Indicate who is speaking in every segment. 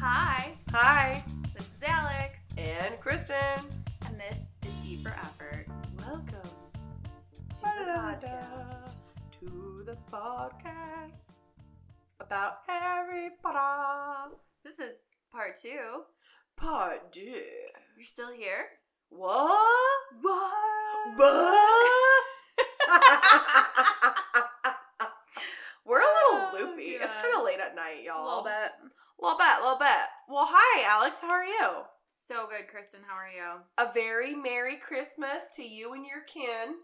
Speaker 1: Hi,
Speaker 2: Hi,
Speaker 1: this is Alex,
Speaker 2: and Kristen.
Speaker 1: and this is E for Effort.
Speaker 2: Welcome
Speaker 1: To the podcast.
Speaker 2: to the podcast about Harry Potter.
Speaker 1: This is part two.
Speaker 2: Part two.
Speaker 1: You're still here?
Speaker 2: What?
Speaker 1: What?
Speaker 2: What? We're a
Speaker 1: Oh,
Speaker 2: little loopy. It's
Speaker 1: gosh.
Speaker 2: kind of late at night,
Speaker 1: A
Speaker 2: y'all.
Speaker 1: little bit.
Speaker 2: Little bit. Little bit. Well, hi, Alex. How are you?
Speaker 1: So good, Kristen. How are you?
Speaker 2: A very Merry Christmas to you and your kin.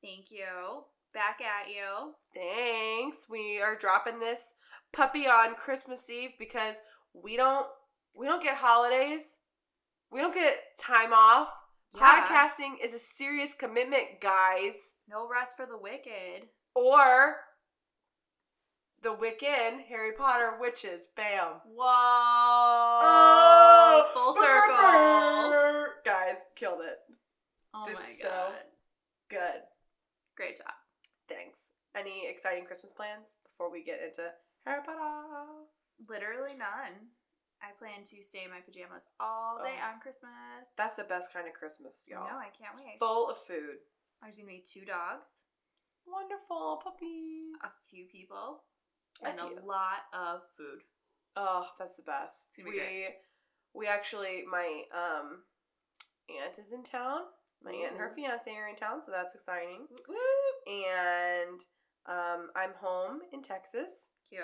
Speaker 1: Thank you. Back at you.
Speaker 2: Thanks. We are dropping this puppy on Christmas Eve because we don't we don't get holidays. We don't get time off.
Speaker 1: Yeah.
Speaker 2: Podcasting is a serious commitment, guys.
Speaker 1: No rest for the wicked.
Speaker 2: Or the Wiccan Harry Potter witches. Bam.
Speaker 1: Whoa.
Speaker 2: Oh,
Speaker 1: Full circle.
Speaker 2: Guys, killed it.
Speaker 1: Oh
Speaker 2: Did
Speaker 1: my
Speaker 2: so.
Speaker 1: god.
Speaker 2: Good.
Speaker 1: Great job.
Speaker 2: Thanks. Any exciting Christmas plans before we get into Harry Potter?
Speaker 1: Literally none. I plan to stay in my pajamas all day
Speaker 2: Oh.
Speaker 1: on Christmas.
Speaker 2: That's the best kind of Christmas,
Speaker 1: no,
Speaker 2: y'all.
Speaker 1: I can't wait.
Speaker 2: Full of food.
Speaker 1: There's gonna be two dogs,
Speaker 2: Wonderful puppies.
Speaker 1: a few people,
Speaker 2: A
Speaker 1: and a,
Speaker 2: few.
Speaker 1: lot of food.
Speaker 2: Oh, that's the best.
Speaker 1: It's
Speaker 2: We
Speaker 1: gonna be great.
Speaker 2: we actually my um aunt is in town. My aunt and her
Speaker 1: Ooh.
Speaker 2: fiance are in town, so that's exciting. And um, I'm home in Texas,
Speaker 1: Cute.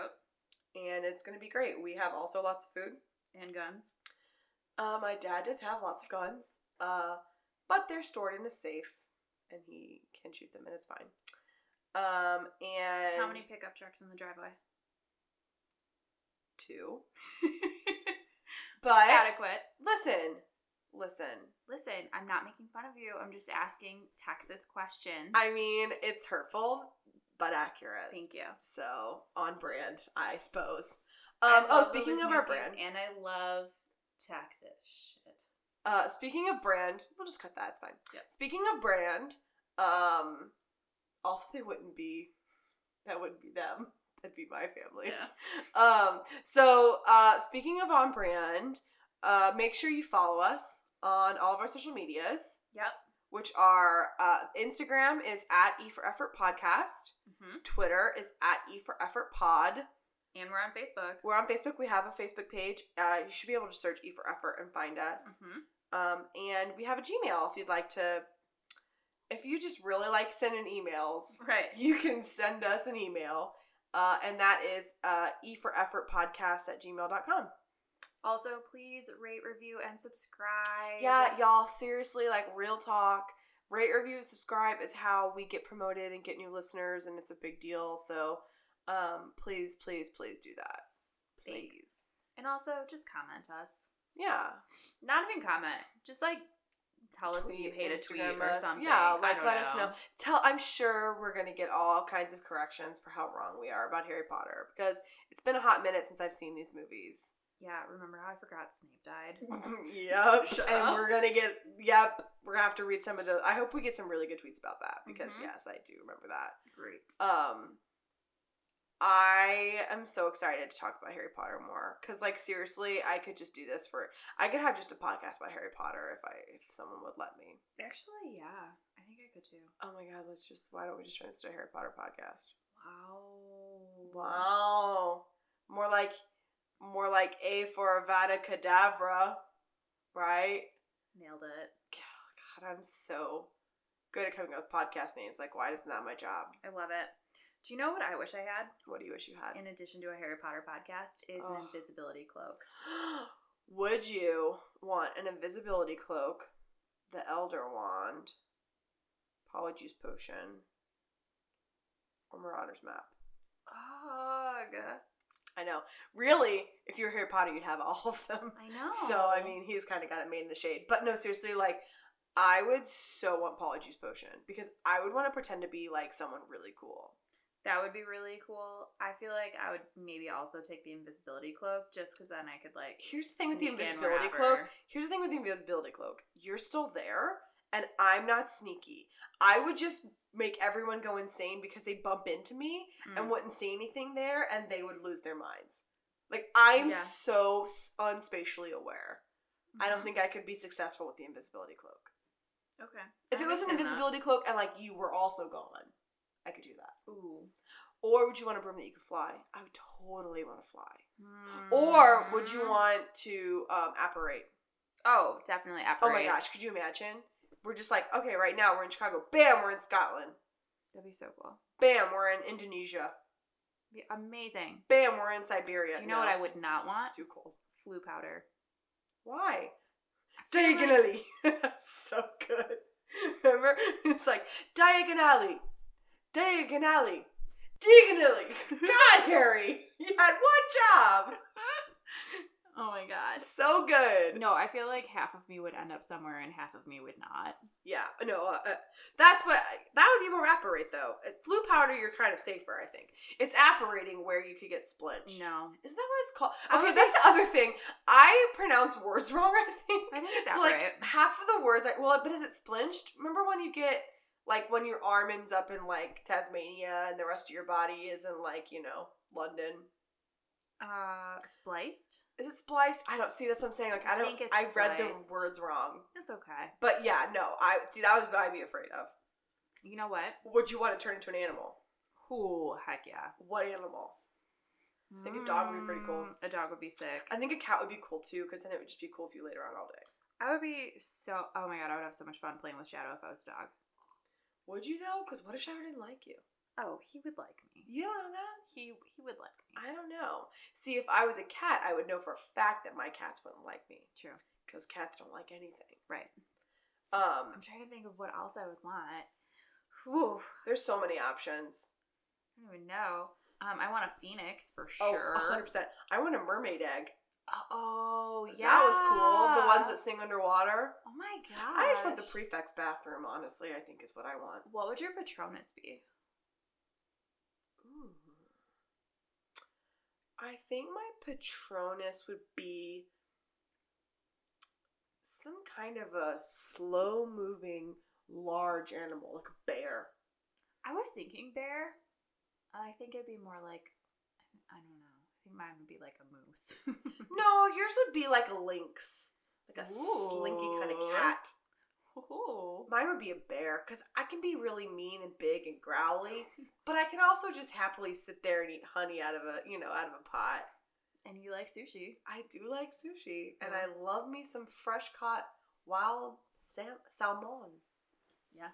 Speaker 2: and it's gonna be great. We have also lots of food.
Speaker 1: And guns.
Speaker 2: Uh, my dad does have lots of guns, uh, but they're stored in a safe, and he can shoot them, and it's fine. Um, and
Speaker 1: How many pickup trucks in the driveway?
Speaker 2: two? But
Speaker 1: Adequate.
Speaker 2: listen, listen.
Speaker 1: Listen, I'm not making fun of you. I'm just asking Texas questions.
Speaker 2: I mean, um, it's hurtful, but accurate.
Speaker 1: thank you.
Speaker 2: So on brand, I suppose.
Speaker 1: I
Speaker 2: Um, oh,
Speaker 1: love
Speaker 2: speaking
Speaker 1: the
Speaker 2: of our
Speaker 1: Wisniewskis,
Speaker 2: brand,
Speaker 1: and I love Texas shit.
Speaker 2: uh, speaking of brand, we'll just cut that. It's fine.
Speaker 1: Yep.
Speaker 2: Speaking of brand, um, also they wouldn't be, that wouldn't be them. That'd be my family. Um, so uh, speaking of on brand, uh, make sure you follow us on all of our social medias,
Speaker 1: Yep.
Speaker 2: which are uh, Instagram is at E for Effort Podcast.
Speaker 1: hmm
Speaker 2: Twitter is at E for Effort Pod.
Speaker 1: And we're on Facebook.
Speaker 2: We're on Facebook. We have a Facebook page. Uh, you should be able to search E for Effort and find us.
Speaker 1: hmm
Speaker 2: Um, and we have a Gmail if you'd like to. If you just really like sending emails,
Speaker 1: Right.
Speaker 2: you can send us an email. Uh, and that is uh, E for Effort Podcast at gmail.com.
Speaker 1: Also, please rate, review, and subscribe.
Speaker 2: Yeah, y'all, seriously, like real talk. Rate, review, subscribe is how we get promoted and get new listeners, and it's a big deal. So um, please, please, please do that.
Speaker 1: Thanks.
Speaker 2: Please.
Speaker 1: And also, just comment us.
Speaker 2: Yeah.
Speaker 1: Not even comment. Just like tell us if you
Speaker 2: Tweet,
Speaker 1: hate a
Speaker 2: Instagram
Speaker 1: tweet or
Speaker 2: us.
Speaker 1: something.
Speaker 2: Yeah,
Speaker 1: I
Speaker 2: like,
Speaker 1: don't
Speaker 2: let us know. Tell I'm sure we're gonna get all kinds of corrections for how wrong we are about Harry Potter because it's been a hot minute since I've seen these movies.
Speaker 1: Yeah, remember how I forgot Snape died?
Speaker 2: yep.
Speaker 1: Shut
Speaker 2: and
Speaker 1: up.
Speaker 2: we're gonna get yep. We're gonna have to read some of those. I hope we get some really good tweets about that because
Speaker 1: Mhm.
Speaker 2: yes, I do remember that.
Speaker 1: Great.
Speaker 2: Um I am so excited to talk about Harry Potter more cuz like seriously, I could just do this for I could have just a podcast about Harry Potter if I if someone would let me.
Speaker 1: Actually, yeah. I think I could too.
Speaker 2: Oh my god, let's just why don't we just turn this into a Harry Potter podcast?
Speaker 1: Wow.
Speaker 2: Wow. More like more like A for Avada Kedavra, right?
Speaker 1: Nailed it.
Speaker 2: God, I'm so good at coming up with podcast names. Like, why isn't that my job?
Speaker 1: I love it. Do you know what I wish I had
Speaker 2: What do you wish you had?
Speaker 1: in addition to a Harry Potter podcast is
Speaker 2: Oh.
Speaker 1: an invisibility cloak.
Speaker 2: Would you want an invisibility cloak, the Elder Wand, Polyjuice Potion, or Marauder's Map?
Speaker 1: Ugh.
Speaker 2: I know. Really, if you were Harry Potter, you'd have all of them.
Speaker 1: I know.
Speaker 2: So, I mean, he's kind of got it made in the shade. But no, seriously, like, I would so want Polyjuice Potion because I would want to pretend to be like someone really cool.
Speaker 1: That would be really cool. I feel like I would maybe also take the invisibility cloak just because then I could like.
Speaker 2: Here's the thing with the
Speaker 1: sneak in
Speaker 2: invisibility cloak.
Speaker 1: wherever.
Speaker 2: Here's the thing with the invisibility cloak. You're still there, and I'm not sneaky. I would just make everyone go insane because they bump into me
Speaker 1: Mm.
Speaker 2: and wouldn't see anything there, and they would lose their minds. Like I'm
Speaker 1: Yeah.
Speaker 2: so s- unspatially aware. I don't
Speaker 1: Mhm.
Speaker 2: think I could be successful with the invisibility cloak.
Speaker 1: Okay.
Speaker 2: If
Speaker 1: I
Speaker 2: it was
Speaker 1: understand
Speaker 2: an
Speaker 1: that.
Speaker 2: invisibility cloak and like you were also gone, I could do that.
Speaker 1: Ooh.
Speaker 2: Or would you want a broom that you could fly? I would totally want to fly. Or would you
Speaker 1: Mm.
Speaker 2: want to um, apparate?
Speaker 1: Oh, definitely
Speaker 2: Oh
Speaker 1: apparate.
Speaker 2: my gosh, could you imagine? We're just like, okay, right now we're in Chicago. Bam, we're in Scotland.
Speaker 1: That'd be so cool.
Speaker 2: Bam, we're in Indonesia.
Speaker 1: Be amazing.
Speaker 2: Bam, we're in Siberia.
Speaker 1: Do you know what I would not want?
Speaker 2: Too cold.
Speaker 1: Flu powder.
Speaker 2: Why?
Speaker 1: I feel like-
Speaker 2: Diagon Alley. so good. Remember? It's like Diagon Alley. Diagon Alley. Diagon Alley. God, Harry. You had one job.
Speaker 1: Oh my god.
Speaker 2: So good.
Speaker 1: No, I feel like half of me would end up somewhere and half of me would not.
Speaker 2: Yeah, no, uh, uh, that's what that would be more apparate though. Uh, Flu powder, you're kind of safer, I think. It's apparating where you could get splinged.
Speaker 1: No.
Speaker 2: Isn't that what it's called?
Speaker 1: I
Speaker 2: Okay,
Speaker 1: would
Speaker 2: that's
Speaker 1: think-
Speaker 2: the other thing. I pronounce words wrong. I think.
Speaker 1: I think it's
Speaker 2: so
Speaker 1: apparate.
Speaker 2: like half of the words, like well, but is it splinged? Remember when you get like when your arm ends up in like Tasmania and the rest of your body is in like you know London.
Speaker 1: uh spliced?
Speaker 2: Is it spliced? I don't see. That's what I'm saying. Like I
Speaker 1: I
Speaker 2: don't.
Speaker 1: think it's
Speaker 2: I read
Speaker 1: spliced.
Speaker 2: the words wrong.
Speaker 1: That's okay.
Speaker 2: But yeah, no. I see. That was what I'd be afraid of.
Speaker 1: You know what?
Speaker 2: Would you want to turn into an animal?
Speaker 1: Ooh, heck yeah.
Speaker 2: What animal? I think a dog would be pretty cool.
Speaker 1: Mm, A dog would be sick.
Speaker 2: I think a cat would be cool too, because then it would just be cool if you laid around all day.
Speaker 1: I would be so. Oh my god, I would have so much fun playing with Shadow if I was a dog.
Speaker 2: Would you though? Because what if Shadow didn't like you?
Speaker 1: Oh, he would like me.
Speaker 2: You don't know that?
Speaker 1: He he would like me.
Speaker 2: I don't know. See, if I was a cat, I would know for a fact that my cats wouldn't like me,
Speaker 1: True.
Speaker 2: because cats don't like anything.
Speaker 1: Right.
Speaker 2: Um,
Speaker 1: I'm trying to think of what else I would want. Whew,
Speaker 2: there's so many options.
Speaker 1: I don't even know. Um, I want a phoenix for
Speaker 2: Oh,
Speaker 1: sure.
Speaker 2: 100%. I want a mermaid egg.
Speaker 1: Oh yeah,
Speaker 2: That was cool. The ones that sing underwater.
Speaker 1: Oh my god.
Speaker 2: I just want the prefect's bathroom, honestly, I think is what I want.
Speaker 1: What would your Patronus be?
Speaker 2: Ooh. I think my Patronus would be some kind of a slow moving large animal, like a bear.
Speaker 1: I was thinking bear. I think it'd be more like I don't know. I think mine would be like a moose.
Speaker 2: No, yours would be like a lynx, like a slinky kind
Speaker 1: Ooh.
Speaker 2: of cat.
Speaker 1: Ooh.
Speaker 2: Mine would be a bear because I can be really mean and big and growly, but I can also just happily sit there and eat honey out of a you know out of a pot.
Speaker 1: And you like sushi?
Speaker 2: I do like sushi, and
Speaker 1: So-
Speaker 2: I love me some fresh caught wild sam- salmon.
Speaker 1: Yeah.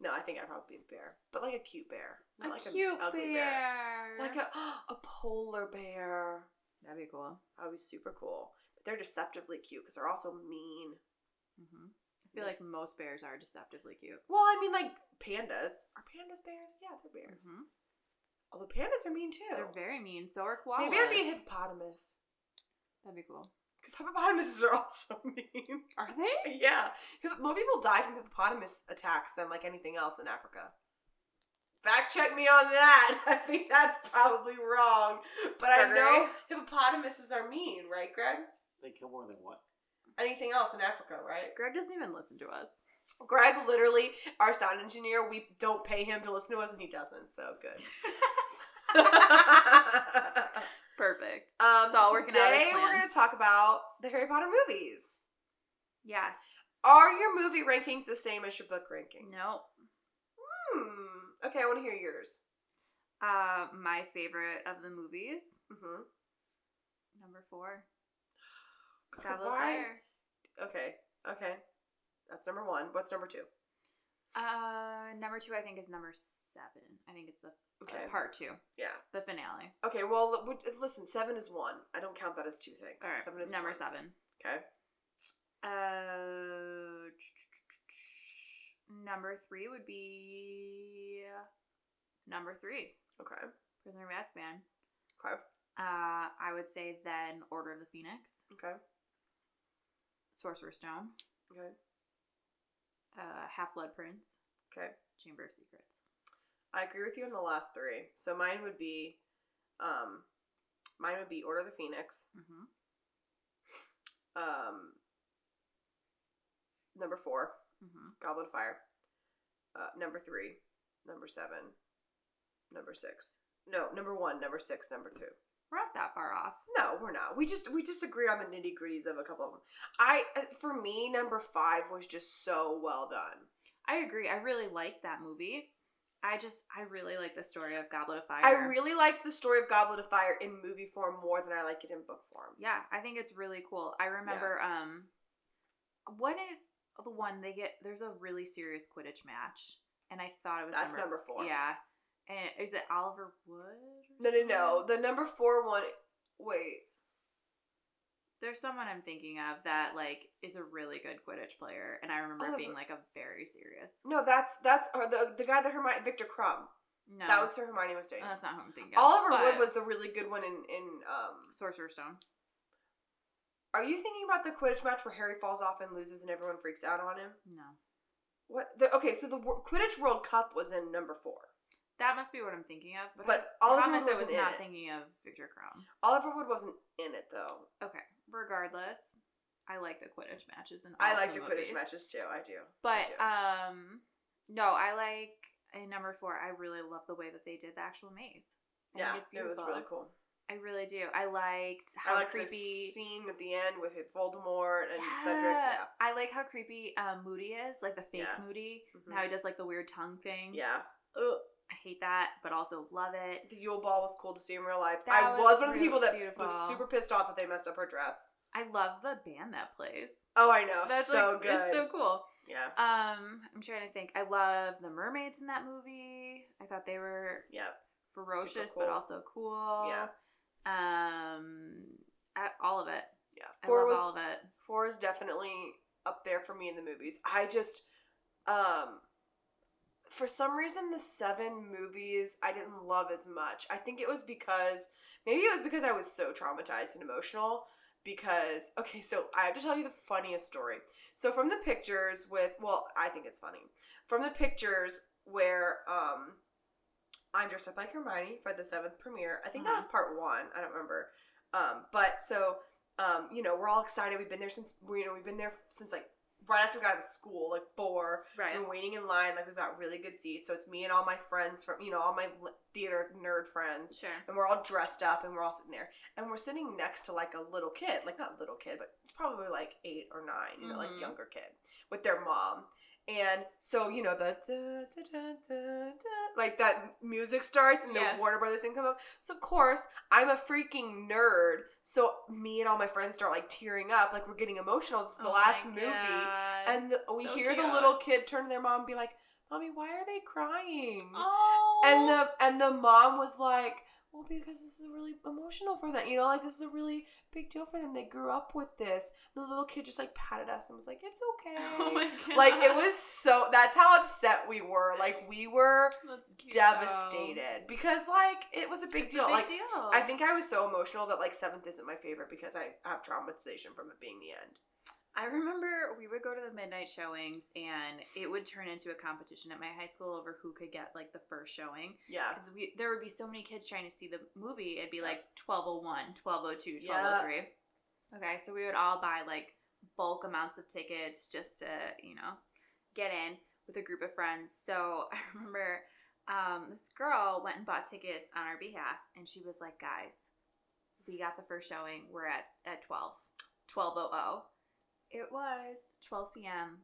Speaker 2: No, I think I'd probably be a bear, but like a cute bear,
Speaker 1: A
Speaker 2: not like an
Speaker 1: cute
Speaker 2: ugly
Speaker 1: bear.
Speaker 2: like a a polar bear.
Speaker 1: That'd be cool.
Speaker 2: That would be super cool. But they're deceptively cute because they're also mean.
Speaker 1: hmm I feel
Speaker 2: Yeah.
Speaker 1: like most bears are deceptively cute.
Speaker 2: Well, I mean, like pandas are pandas bears? Yeah, they're bears.
Speaker 1: Mhm.
Speaker 2: Although pandas are mean too.
Speaker 1: They're very mean. So are koalas.
Speaker 2: Maybe I'd be a hippopotamus
Speaker 1: That'd be cool.
Speaker 2: because hippopotamuses are also mean.
Speaker 1: Are they?
Speaker 2: yeah, Hipp- more people die from hippopotamus attacks than like anything else in Africa. Fact check me on that. I think that's probably wrong, but I know hippopotamuses are mean, right, Greg?
Speaker 3: They kill more than one.
Speaker 2: Anything else in Africa, right?
Speaker 1: Greg doesn't even listen to us.
Speaker 2: Greg, literally, our sound engineer, we don't pay him to listen to us, and he doesn't. So good.
Speaker 1: Perfect.
Speaker 2: um,
Speaker 1: It's
Speaker 2: so
Speaker 1: all working out as
Speaker 2: today we're
Speaker 1: planned.
Speaker 2: going to talk about the Harry Potter movies.
Speaker 1: Yes.
Speaker 2: Are your movie rankings the same as your book rankings?
Speaker 1: No.
Speaker 2: Hmm. Okay, I want to hear yours.
Speaker 1: Uh, my favorite of the movies,
Speaker 2: Mm-hmm.
Speaker 1: number four, Goblet of Fire.
Speaker 2: Okay. Okay. That's number one. What's number two?
Speaker 1: Uh, number two, I think is number seven. I think it's the uh,
Speaker 2: Okay.
Speaker 1: part two,
Speaker 2: Yeah.
Speaker 1: the finale.
Speaker 2: Okay. Well, l- would- listen. Seven is one. I don't count that as two things.
Speaker 1: All right,
Speaker 2: Seven is
Speaker 1: number
Speaker 2: one.
Speaker 1: seven.
Speaker 2: Okay.
Speaker 1: Uh, ch- ch- ch- ch- number three would be uh, number three,
Speaker 2: Okay.
Speaker 1: Prisoner of Azkaban.
Speaker 2: Okay.
Speaker 1: Uh, I would say then Order of the Phoenix,
Speaker 2: Okay.
Speaker 1: Sorcerer's Stone,
Speaker 2: Okay.
Speaker 1: uh, Half Blood Prince,
Speaker 2: Okay.
Speaker 1: Chamber of Secrets.
Speaker 2: I agree with you on the last three. So mine would be, um, mine would be Order of the Phoenix.
Speaker 1: Mm-hmm.
Speaker 2: Um, number four,
Speaker 1: Mm-hmm.
Speaker 2: Goblet of Fire. Uh, number three, number seven, number six. No, number one, number six, number two.
Speaker 1: We're not that far off.
Speaker 2: No, we're not. We just we disagree on the nitty gritties of a couple of them. I uh, for me, number five was just so well done.
Speaker 1: I agree. I really like that movie. I just I really like the story of Goblet of Fire.
Speaker 2: I really liked the story of Goblet of Fire in movie form more than I like it in book form.
Speaker 1: Yeah, I think it's really cool. I remember um what is the one they get there's a really serious Quidditch match and I thought it was
Speaker 2: That's number four.
Speaker 1: Yeah. And is it Oliver Wood? or
Speaker 2: No, no,
Speaker 1: something?
Speaker 2: no. The number four one. Wait,
Speaker 1: There's someone I'm thinking of that like is a really good Quidditch player and I remember it
Speaker 2: Oliver-
Speaker 1: being like a very serious.
Speaker 2: no, that's that's uh, the the guy that Hermione Victor Crumb.
Speaker 1: No.
Speaker 2: Mm, That was who Hermione was dating.
Speaker 1: that's not who I'm thinking of.
Speaker 2: Oliver
Speaker 1: but
Speaker 2: Wood was the really good one in in. Um,
Speaker 1: Sorcerer's Stone.
Speaker 2: are you thinking about the Quidditch match where Harry falls off and loses and everyone freaks out on him?
Speaker 1: No.
Speaker 2: What? The, okay, so the Wor- Quidditch World Cup was in number four,
Speaker 1: That must be what I'm thinking of, but,
Speaker 2: but
Speaker 1: I
Speaker 2: Oliver
Speaker 1: promise
Speaker 2: Wood
Speaker 1: I
Speaker 2: wasn't
Speaker 1: was
Speaker 2: in
Speaker 1: not
Speaker 2: it.
Speaker 1: thinking of Victor Crumb.
Speaker 2: Oliver Wood wasn't in it though.
Speaker 1: Okay. Regardless, I like the Quidditch matches and
Speaker 2: I
Speaker 1: all
Speaker 2: like
Speaker 1: the
Speaker 2: the Quidditch
Speaker 1: movies.
Speaker 2: matches too. I do.
Speaker 1: But
Speaker 2: do.
Speaker 1: um no, I like in number four, I really love the way that they did the actual maze. I
Speaker 2: yeah,
Speaker 1: think it's
Speaker 2: it was
Speaker 1: beautiful.
Speaker 2: really cool.
Speaker 1: I really do. I liked how
Speaker 2: I like the
Speaker 1: creepy
Speaker 2: scene at the end with Voldemort and Cedric.
Speaker 1: Yeah.
Speaker 2: Yeah.
Speaker 1: I like how creepy um, Moody is, like the fake
Speaker 2: Yeah.
Speaker 1: Moody.
Speaker 2: Mhm.
Speaker 1: Now How he does like the weird tongue thing.
Speaker 2: Yeah.
Speaker 1: Ugh, I hate that, but also love it.
Speaker 2: The Yule Ball was cool to see in real life.
Speaker 1: That
Speaker 2: I
Speaker 1: was
Speaker 2: was, one of the
Speaker 1: really
Speaker 2: people that
Speaker 1: beautiful.
Speaker 2: was super pissed off that they messed up her dress.
Speaker 1: I love the band that plays.
Speaker 2: Oh, I know.
Speaker 1: That's
Speaker 2: so
Speaker 1: like
Speaker 2: good.
Speaker 1: it's so cool.
Speaker 2: yeah.
Speaker 1: Um, I'm trying to think. I love the mermaids in that movie. I thought they were
Speaker 2: Yeah.
Speaker 1: ferocious
Speaker 2: cool.
Speaker 1: but also cool.
Speaker 2: Yeah.
Speaker 1: Um, I, all of it.
Speaker 2: Yeah.
Speaker 1: I
Speaker 2: Four
Speaker 1: love
Speaker 2: was
Speaker 1: all of it.
Speaker 2: four is definitely up there for me in the movies. I just um for some reason the seven movies I didn't love as much. I think it was because maybe it was because I was so traumatized and emotional because okay, so I have to tell you the funniest story. So from the pictures with well, I think it's funny. From the pictures where um I'm dressed up like Hermione for the seventh premiere. I think that was part one. I don't remember. Um, but so um, you know, we're all excited. We've been there since we you know we've been there since like right after we got out of school, like four.
Speaker 1: Right.
Speaker 2: We're waiting in line. Like we've got really good seats. So it's me and all my friends from you know all my li- theater nerd friends,
Speaker 1: Sure.
Speaker 2: and we're all dressed up and we're all sitting there and we're sitting next to like a little kid, like not little kid, but it's probably like eight or nine, you know,
Speaker 1: Mhm.
Speaker 2: like younger kid with their mom. And so you know the da, da, da, da, da, like that music starts and the
Speaker 1: Yeah.
Speaker 2: Warner Brothers thing comes up. So of course I'm a freaking nerd. So me and all my friends start like tearing up, like we're getting emotional. This is the
Speaker 1: Oh my
Speaker 2: last movie,
Speaker 1: God.
Speaker 2: and the, we
Speaker 1: so
Speaker 2: hear
Speaker 1: cute.
Speaker 2: the little kid turn to their mom and be like, "Mommy, why are they crying?"
Speaker 1: oh,
Speaker 2: and the and the mom was like well because this is really emotional for them you know like this is a really big deal for them they grew up with this the little kid just like patted us and was like it's okay
Speaker 1: oh my god,
Speaker 2: like it was so that's how upset we were like we were
Speaker 1: That's cute, though.
Speaker 2: devastated because like it was a big
Speaker 1: It's a
Speaker 2: deal like
Speaker 1: deal.
Speaker 2: i think i was so emotional that like seventh isn't my favorite because i have traumatization from it being the end
Speaker 1: I remember we would go to the midnight showings, and it would turn into a competition at my high school over who could get like the first showing.
Speaker 2: yeah
Speaker 1: because we there would be so many kids trying to see the movie. It'd be like 1201, 1202,
Speaker 2: Yeah.
Speaker 1: 1203. Okay, so we would all buy like bulk amounts of tickets just to, you know, get in with a group of friends. So I remember um, this girl went and bought tickets on our behalf, and she was like, guys, we got the first showing. We're at, at 12, 1200. oh." It was 12 p.m.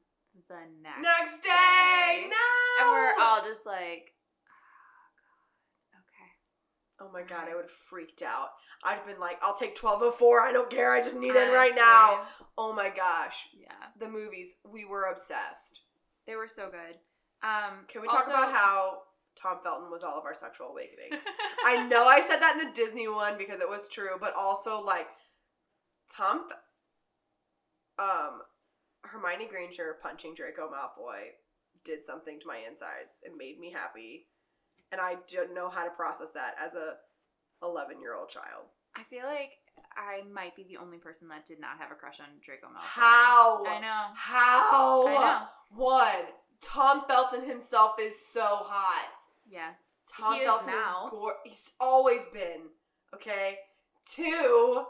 Speaker 1: the next,
Speaker 2: next day no
Speaker 1: And we're all just like, oh, God, okay.
Speaker 2: Oh my god,
Speaker 1: Right.
Speaker 2: I would have freaked out. I'd been like, I'll take 1204. I don't care. I just need it right now. Oh my gosh.
Speaker 1: Yeah,
Speaker 2: The movies, we were obsessed.
Speaker 1: they were so good. Um,
Speaker 2: Can we talk
Speaker 1: also-
Speaker 2: about how Tom Felton was all of our sexual awakenings? I know I said that in the Disney one because it was true, but also like Tom F- um Hermione Granger punching Draco Malfoy did something to my insides. It made me happy. And I didn't know how to process that as a 11-year-old child.
Speaker 1: I feel like I might be the only person that did not have a crush on Draco Malfoy.
Speaker 2: How?
Speaker 1: I know.
Speaker 2: How?
Speaker 1: I know.
Speaker 2: One. Tom Felton himself is so hot.
Speaker 1: Yeah.
Speaker 2: Tom
Speaker 1: He is
Speaker 2: Felton
Speaker 1: now.
Speaker 2: is gore. He's always been. Okay. Two.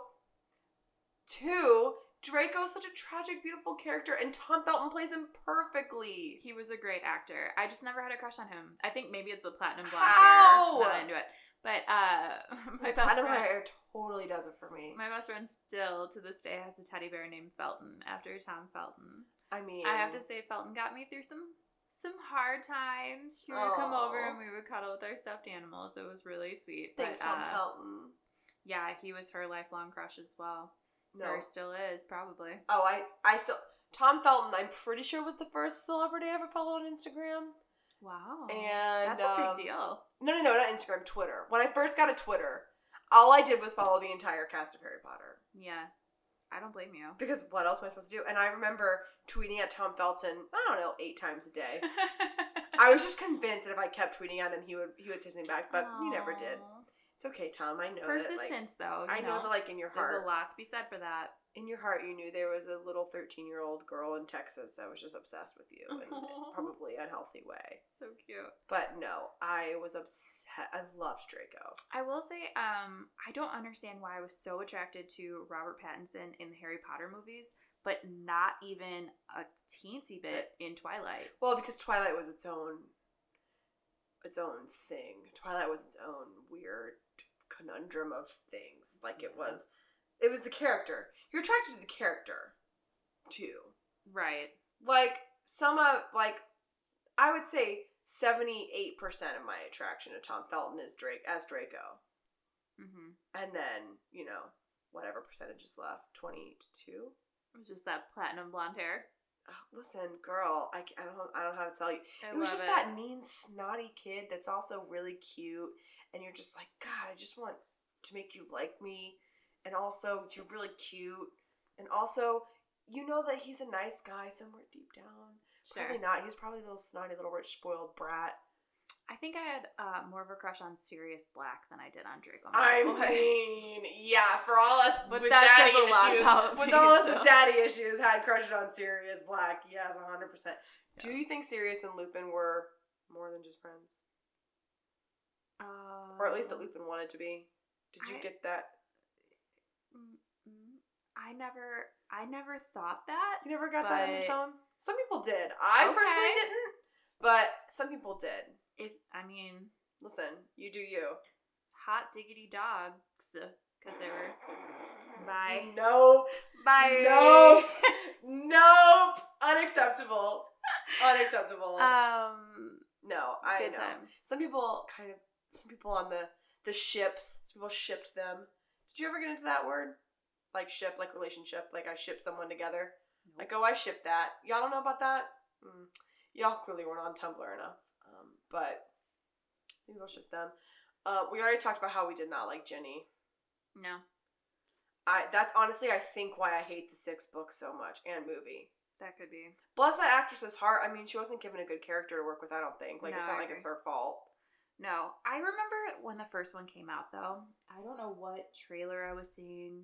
Speaker 2: Two. Draco's such a tragic, beautiful character, and Tom Felton plays him perfectly.
Speaker 1: He was a great actor. I just never had a crush on him. I think maybe it's the platinum blonde
Speaker 2: How?
Speaker 1: hair. Not into it. But uh, my best
Speaker 2: Adam
Speaker 1: friend,
Speaker 2: Hair totally does it for me.
Speaker 1: my best friend, still to this day has a teddy bear named Felton after Tom Felton.
Speaker 2: I mean,
Speaker 1: I have to say, Felton got me through some some hard times. She would come over
Speaker 2: Aw.
Speaker 1: and we would cuddle with our stuffed animals. It was really sweet.
Speaker 2: thanks,
Speaker 1: but,
Speaker 2: Tom
Speaker 1: uh,
Speaker 2: Felton.
Speaker 1: Yeah, he was her lifelong crush as well.
Speaker 2: No.
Speaker 1: Or still is probably.
Speaker 2: Oh, I I saw Tom Felton. I'm pretty sure was the first celebrity I ever followed on Instagram.
Speaker 1: Wow.
Speaker 2: and
Speaker 1: Oh, that's a
Speaker 2: um,
Speaker 1: big deal.
Speaker 2: No, no, no, not Instagram. Twitter. When I first got a Twitter, all I did was follow the entire cast of Harry Potter
Speaker 1: Yeah, I don't blame you.
Speaker 2: because what else am I supposed to do? And I remember tweeting at Tom Felton. I don't know, eight times a day. I was just convinced that if I kept tweeting at him, he would he would say something back, but he never did.
Speaker 1: Aw.
Speaker 2: It's okay, Tom. I know That,
Speaker 1: Persistence, though.
Speaker 2: like, I
Speaker 1: you
Speaker 2: know that, like in your
Speaker 1: there's
Speaker 2: heart,
Speaker 1: a lot to be said for that.
Speaker 2: in your heart, you knew there was a little thirteen-year-old girl in Texas that was just obsessed with you in
Speaker 1: Aw.
Speaker 2: a probably unhealthy way.
Speaker 1: So cute.
Speaker 2: But no, I was upset. I loved Draco.
Speaker 1: I will say, um, I don't understand why I was so attracted to Robert Pattinson in the Harry Potter movies, but not even a teensy bit in Twilight.
Speaker 2: Well, because Twilight was its own, its own thing. Twilight was its own weird conundrum of things. Like it
Speaker 1: Yeah.
Speaker 2: was, it was the character. You're attracted to the character, too.
Speaker 1: Right.
Speaker 2: Like some of like, I would say seventy eight percent of my attraction to Tom Felton is Drake as Draco,
Speaker 1: Mm-hmm.
Speaker 2: and then you know whatever percentage is left, twenty two.
Speaker 1: It was just that platinum blonde hair.
Speaker 2: Listen, girl, I, ca- I don't I don't know how to tell you.
Speaker 1: I
Speaker 2: it was
Speaker 1: love
Speaker 2: just that mean, snotty kid that's also really cute, and you're just like, God, I just want to make you like me, and also you're really cute, and also you know that he's a nice guy somewhere deep down.
Speaker 1: Sure.
Speaker 2: Probably not. He's probably a little snotty, little rich, spoiled brat.
Speaker 1: I think I had uh, more of a crush on Sirius Black than I did on Draco
Speaker 2: I
Speaker 1: Malfoy.
Speaker 2: mean, yeah, for all us
Speaker 1: Oh, But
Speaker 2: with
Speaker 1: that
Speaker 2: daddy
Speaker 1: says a lot
Speaker 2: issues,
Speaker 1: about
Speaker 2: with
Speaker 1: me,
Speaker 2: all us
Speaker 1: so.
Speaker 2: with daddy issues, had crushes on Sirius Black. Yes, hundred percent. Do you think Sirius and Lupin were more than just friends,
Speaker 1: Uh,
Speaker 2: or at least that Lupin wanted to be? Did you
Speaker 1: I-
Speaker 2: get that?
Speaker 1: mm, mm, I never, I never thought that.
Speaker 2: You never got that in
Speaker 1: But-
Speaker 2: Tom. Some people did. I personally
Speaker 1: Okay.
Speaker 2: didn't, but some people did.
Speaker 1: If I mean,
Speaker 2: Listen, you do you.
Speaker 1: hot diggity dogs, because they were Bye.
Speaker 2: Nope.
Speaker 1: bye.
Speaker 2: Nope. nope. Unacceptable. Unacceptable.
Speaker 1: um,
Speaker 2: no, I
Speaker 1: good
Speaker 2: know.
Speaker 1: times.
Speaker 2: Some people kind of. Some people on the the ships. Some people shipped them. Did you ever get into that word? Like ship, like relationship, like I ship someone together. Like oh, I ship that. Y'all don't know about that. Mm. Y'all clearly weren't on Tumblr enough. Um, but maybe we'll ship them. Uh, we already talked about how we did not like Jenny.
Speaker 1: No,
Speaker 2: I that's honestly I think why I hate the sixth book so much and movie.
Speaker 1: that could be.
Speaker 2: Bless that actress's heart. I mean, she wasn't given a good character to work with. I don't think. Like it's
Speaker 1: No,
Speaker 2: not
Speaker 1: I
Speaker 2: like it's her fault.
Speaker 1: No, I remember when the first one came out though. I don't know what trailer I was seeing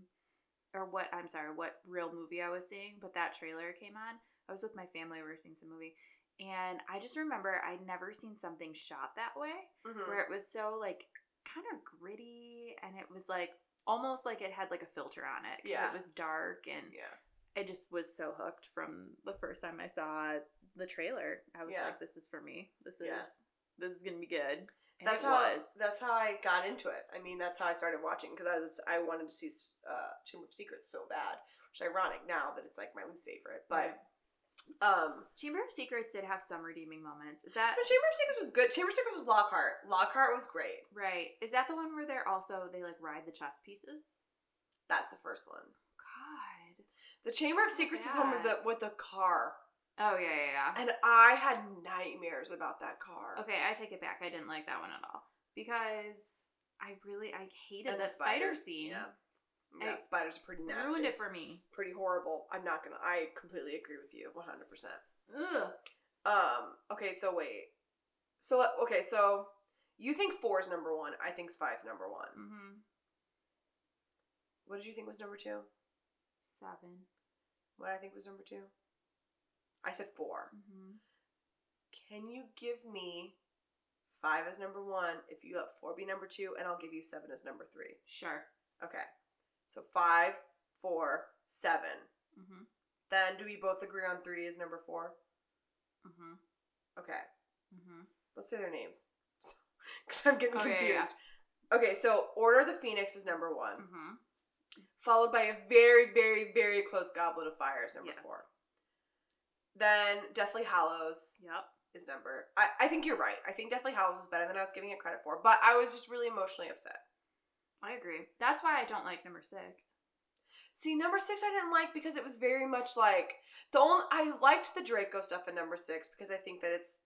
Speaker 1: or what I'm sorry, what real movie I was seeing, but that trailer came on. I was with my family, we were seeing some movie. And I just remember I'd never seen something shot that way
Speaker 2: Mhm.
Speaker 1: where it was so like kind of gritty and it was like almost like it had like a filter on it because
Speaker 2: Yeah.
Speaker 1: it was dark and
Speaker 2: Yeah.
Speaker 1: I just was so hooked from the first time I saw the trailer. I was
Speaker 2: Yeah.
Speaker 1: like, "This is for me. This is
Speaker 2: Yeah.
Speaker 1: this is gonna be good." And
Speaker 2: that's
Speaker 1: it
Speaker 2: how
Speaker 1: was.
Speaker 2: that's how I got into it. I mean, that's how I started watching because I was I wanted to see uh, Chamber of Secrets so bad, which is ironic now that it's like my least favorite. But um,
Speaker 1: Chamber of Secrets did have some redeeming moments. Is that
Speaker 2: no, Chamber of Secrets was good. Chamber of Secrets was Lockhart. Lockhart was great.
Speaker 1: right? Is that the one where they're also they like ride the chess pieces?
Speaker 2: That's the first one.
Speaker 1: God.
Speaker 2: The Chamber of
Speaker 1: So
Speaker 2: Secrets is one with the
Speaker 1: bad.
Speaker 2: with the car,
Speaker 1: Oh yeah, yeah, yeah.
Speaker 2: and I had nightmares about that car.
Speaker 1: Okay, I take it back. I didn't like that one at all because I really I hated
Speaker 2: and
Speaker 1: the, spider
Speaker 2: spiders,
Speaker 1: scene.
Speaker 2: Yeah,
Speaker 1: I-
Speaker 2: Yeah, spiders are pretty nasty.
Speaker 1: Ruined it for me.
Speaker 2: pretty horrible. I'm not gonna. I completely agree with you, 100. percent
Speaker 1: Ugh.
Speaker 2: Um. Okay. So wait. So let- okay. So you think four is number one. I think five's number one.
Speaker 1: Mm-hmm.
Speaker 2: What did you think was number two?
Speaker 1: Seven.
Speaker 2: What I think was number two. I said four.
Speaker 1: Mm-hmm.
Speaker 2: Can you give me five as number one if you let four be number two, and I'll give you seven as number three?
Speaker 1: Sure.
Speaker 2: Okay. So five, four, seven.
Speaker 1: Mm-hmm.
Speaker 2: Then do we both agree on three is number four?
Speaker 1: Mm-hmm.
Speaker 2: Okay.
Speaker 1: Mm-hmm.
Speaker 2: Let's say their names. Because I'm getting
Speaker 1: Oh, yeah, yeah,
Speaker 2: confused.
Speaker 1: yeah.
Speaker 2: Okay, so Order of the Phoenix is number one,
Speaker 1: Mm-hmm.
Speaker 2: followed by a very, very, very close Goblet of Fire is number
Speaker 1: Yes.
Speaker 2: four. Then Deathly Hallows
Speaker 1: Yep.
Speaker 2: is number. I, I think you're right. I think Deathly Hallows is better than I was giving it credit for, but I was just really emotionally upset.
Speaker 1: I agree. That's why I don't like number six.
Speaker 2: See, number six I didn't like because it was very much like the only I liked the Draco stuff in number six because I think that it's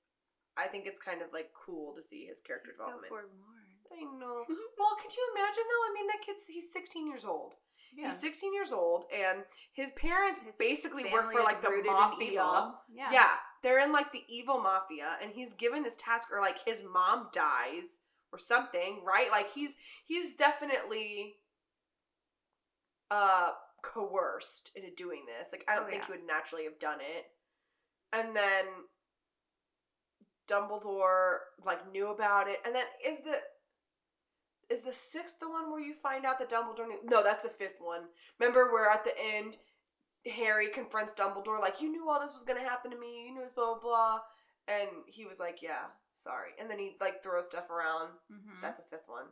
Speaker 2: I think it's kind of like cool to see his character
Speaker 1: He's so
Speaker 2: development.
Speaker 1: forlorn.
Speaker 2: I know. Well, could you imagine though? I mean, that kid's he's 16 years old.
Speaker 1: Yeah.
Speaker 2: He's 16 years old, and his parents
Speaker 1: His
Speaker 2: basically work
Speaker 1: family
Speaker 2: for
Speaker 1: is
Speaker 2: like the
Speaker 1: rooted in
Speaker 2: mafia.
Speaker 1: evil.
Speaker 2: Yeah.
Speaker 1: Yeah.
Speaker 2: they're in like the evil mafia, and he's given this task, or like his mom dies or something, right? Like he's he's definitely uh coerced into doing this. Like I don't
Speaker 1: Oh,
Speaker 2: think
Speaker 1: yeah.
Speaker 2: he would naturally have done it. And then Dumbledore like knew about it, and then is the is the sixth the one where you find out that Dumbledore knew? No, that's the fifth one. Remember where at the end Harry confronts Dumbledore like you knew all this was gonna happen to me. You knew this blah blah blah, and he was like, yeah, sorry. And then he like throws stuff around.
Speaker 1: Mm-hmm.
Speaker 2: That's the fifth one.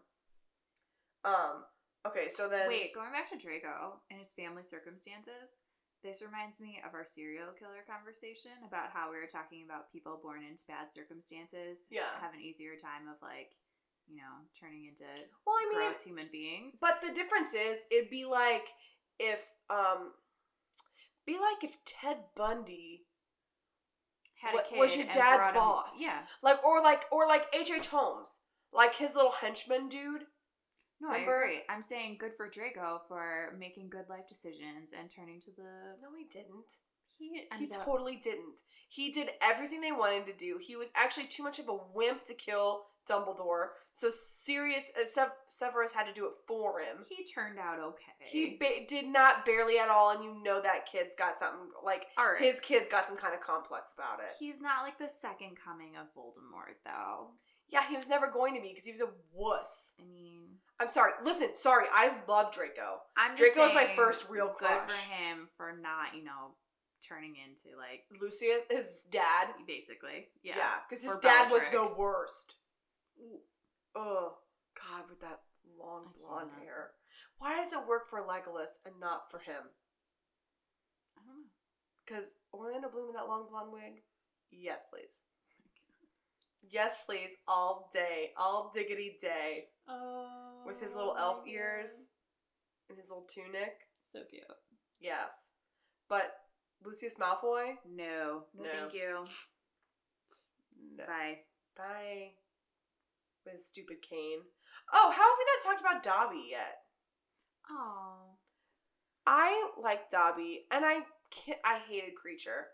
Speaker 2: Um. Okay, so then
Speaker 1: Wait, going back to Draco and his family circumstances, this reminds me of our serial killer conversation about how we were talking about people born into bad circumstances
Speaker 2: Yeah.
Speaker 1: have an easier time of like, you know, turning into
Speaker 2: Well, I mean,
Speaker 1: gross human beings.
Speaker 2: But the difference is, it'd be like if, um, be like if Ted Bundy,
Speaker 1: Had
Speaker 2: What-
Speaker 1: a kid
Speaker 2: was your
Speaker 1: and
Speaker 2: dad's
Speaker 1: brought him-
Speaker 2: boss?
Speaker 1: yeah.
Speaker 2: like, or like, or like H. H. Holmes, like his little henchman dude.
Speaker 1: No,
Speaker 2: Remember?
Speaker 1: I agree. I'm saying good for Draco for making good life decisions and turning to the
Speaker 2: No, he didn't.
Speaker 1: he
Speaker 2: He
Speaker 1: ended up-
Speaker 2: totally didn't. He did everything they wanted to do. He was actually too much of a wimp to kill Dumbledore. So Sirius, uh, Sev- Severus had to do it for him.
Speaker 1: he turned out okay.
Speaker 2: He ba- did not barely at all, and you know that kid's got something like
Speaker 1: all right.
Speaker 2: his kid's got some kind of complex about it.
Speaker 1: He's not like the second coming of Voldemort though.
Speaker 2: Yeah, he was never going to be because he was a wuss.
Speaker 1: I mean,
Speaker 2: I'm sorry. Listen, sorry. I love Draco.
Speaker 1: I'm
Speaker 2: Draco was my
Speaker 1: saying,
Speaker 2: first real
Speaker 1: Good
Speaker 2: crush.
Speaker 1: for him for not, you know, turning into like
Speaker 2: Lucius, his dad.
Speaker 1: basically, yeah.
Speaker 2: Yeah, because his
Speaker 1: Or
Speaker 2: dad was
Speaker 1: Bellatrix.
Speaker 2: the worst. Oh God, with that long
Speaker 1: I can't
Speaker 2: blonde
Speaker 1: imagine.
Speaker 2: hair. Why does it work for Legolas and not for him?
Speaker 1: I don't know.
Speaker 2: Because Orlando Bloom in that long blonde wig. Yes, please. Yes, please. All day, all diggity day,
Speaker 1: Oh,
Speaker 2: with his little elf ears and his little tunic.
Speaker 1: Oh, So cute.
Speaker 2: Yes, but Lucius Malfoy.
Speaker 1: No, no,
Speaker 2: No.
Speaker 1: thank you.
Speaker 2: No.
Speaker 1: Bye.
Speaker 2: Bye. With his stupid cane. Oh, how have we not talked about Dobby yet?
Speaker 1: Oh,
Speaker 2: I like Dobby, and I can I hated Creature.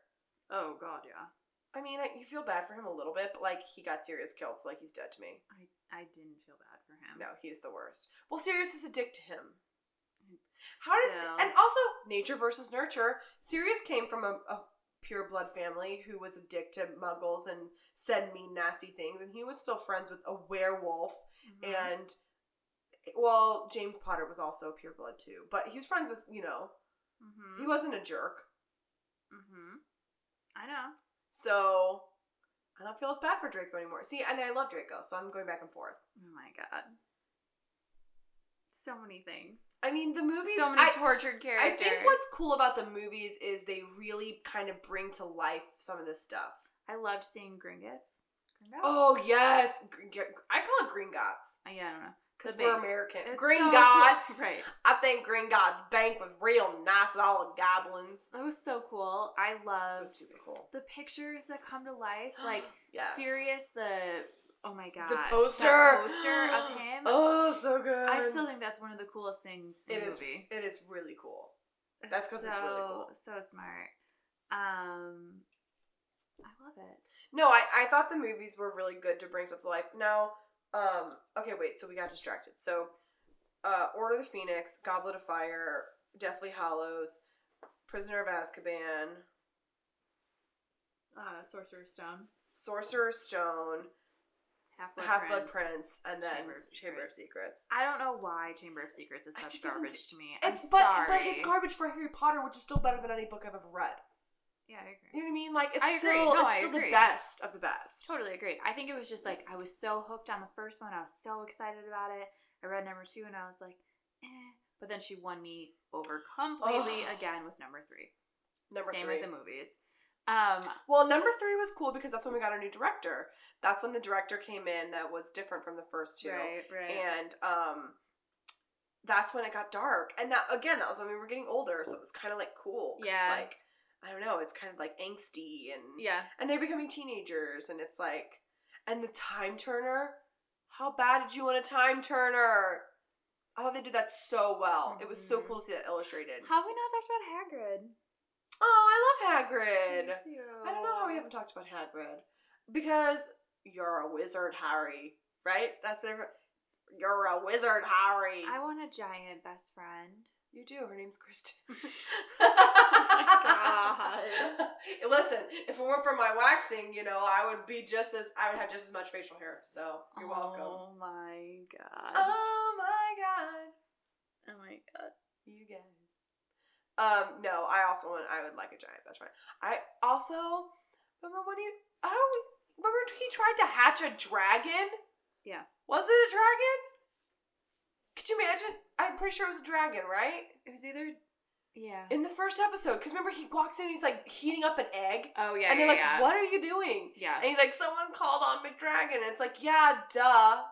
Speaker 1: oh God, yeah.
Speaker 2: I mean, I, you feel bad for him a little bit, but like he got Sirius killed, so like he's dead to me.
Speaker 1: I I didn't feel bad for him.
Speaker 2: No, he's the worst. Well, Sirius is a dick to him.
Speaker 1: Still,
Speaker 2: How did and also nature versus nurture? Sirius came from a, a pure blood family who was a dick to Muggles and said mean, nasty things, and he was still friends with a werewolf
Speaker 1: Mhm.
Speaker 2: and well, James Potter was also pure blood too, but he was friends with you know
Speaker 1: Mhm.
Speaker 2: he wasn't a jerk,
Speaker 1: Mhm. I know.
Speaker 2: so I don't feel as bad for Draco anymore. See, and I love Draco, so I'm going back and forth.
Speaker 1: Oh my God. So many things.
Speaker 2: I mean, the movies.
Speaker 1: So many
Speaker 2: I,
Speaker 1: tortured
Speaker 2: I
Speaker 1: characters.
Speaker 2: think what's cool about the movies is they really kind of bring to life some of this stuff.
Speaker 1: I loved seeing Gringotts. Gringotts?
Speaker 2: Oh yes, Gr- Gr- I call it Green Gots
Speaker 1: Uh, yeah, I don't know.
Speaker 2: because
Speaker 1: The
Speaker 2: we're
Speaker 1: bank.
Speaker 2: American.
Speaker 1: It's
Speaker 2: Green
Speaker 1: so
Speaker 2: Gots.
Speaker 1: cool. Right.
Speaker 2: I think Green Gots Bank was real nice with all the goblins.
Speaker 1: That was so cool. I
Speaker 2: That
Speaker 1: loved
Speaker 2: was super cool.
Speaker 1: the pictures that come to life. Like serious the oh my god.
Speaker 2: poster.
Speaker 1: poster of him.
Speaker 2: Oh, so good.
Speaker 1: I still think that's one of the coolest things in
Speaker 2: It
Speaker 1: the
Speaker 2: is-
Speaker 1: movie.
Speaker 2: it is really cool. that's 'cause it's really cool.
Speaker 1: So so smart. Um I love it.
Speaker 2: No, I, I thought the movies were really good to bring stuff to life. Now, um, okay, wait. So we got distracted. So, uh, Order of the Phoenix, Goblet of Fire, Deathly Hollows, Prisoner of Azkaban,
Speaker 1: Uh Sorcerer's Stone.
Speaker 2: Sorcerer's Stone,
Speaker 1: Half Blood
Speaker 2: Half Blood Prince, and then
Speaker 1: Chamber
Speaker 2: Chamber
Speaker 1: of
Speaker 2: of
Speaker 1: Secrets.
Speaker 2: Secrets.
Speaker 1: I don't know why Chamber of Secrets is
Speaker 2: It
Speaker 1: such
Speaker 2: just doesn't
Speaker 1: garbage to me. I'm
Speaker 2: It's but,
Speaker 1: sorry.
Speaker 2: but it's garbage for Harry Potter, which is still better than any book I've ever read.
Speaker 1: Yeah, I agree.
Speaker 2: You know what I mean? Like it's
Speaker 1: I agree.
Speaker 2: still
Speaker 1: No,
Speaker 2: it's
Speaker 1: I
Speaker 2: still the
Speaker 1: agree.
Speaker 2: best of the best.
Speaker 1: Totally agreed. I think it was just like I was so hooked on the first one. I was so excited about it. I read number two and I was like, eh. But then she won me over completely
Speaker 2: Ugh.
Speaker 1: again with number three.
Speaker 2: Number
Speaker 1: Same
Speaker 2: three.
Speaker 1: with the movies. Um,
Speaker 2: Well, number three was cool because that's when we got our new director. That's when the director came in that was different from the first two.
Speaker 1: right, right.
Speaker 2: And um that's when it got dark. And that again, that was when we were getting older, so it was kinda like cool. 'cause
Speaker 1: Yeah.
Speaker 2: It's like I don't know, it's kind of like angsty and
Speaker 1: yeah,
Speaker 2: and they're becoming teenagers and it's like and the time turner how bad did you want a time turner i thought they did that so well it was so
Speaker 1: Mhm.
Speaker 2: cool to see that illustrated
Speaker 1: How have we not talked about Hagrid?
Speaker 2: oh i love hagrid
Speaker 1: Me too.
Speaker 2: i don't know how we haven't talked about hagrid because you're a wizard harry right that's their you're a wizard harry
Speaker 1: I want a giant best friend.
Speaker 2: you do her name's kristen
Speaker 1: Oh my
Speaker 2: Listen, if it weren't for my waxing, you know, I would be just as I would have just as much facial hair. So you're welcome.
Speaker 1: Oh my god.
Speaker 2: Oh my god,
Speaker 1: oh my god.
Speaker 2: you guys. Um, no, I also want. I would like a giant best friend. I also remember when he. Oh, remember he tried to hatch a dragon.
Speaker 1: Yeah.
Speaker 2: Was it a dragon? Could you imagine? I'm pretty sure it was a dragon, right?
Speaker 1: It was either. Yeah.
Speaker 2: In the first episode, because remember he walks in, and he's like heating up an egg,
Speaker 1: oh yeah.
Speaker 2: and they're
Speaker 1: yeah,
Speaker 2: like,
Speaker 1: yeah.
Speaker 2: "What are you doing?"
Speaker 1: Yeah.
Speaker 2: And he's like, someone called on McDragon. And it's like, yeah, duh.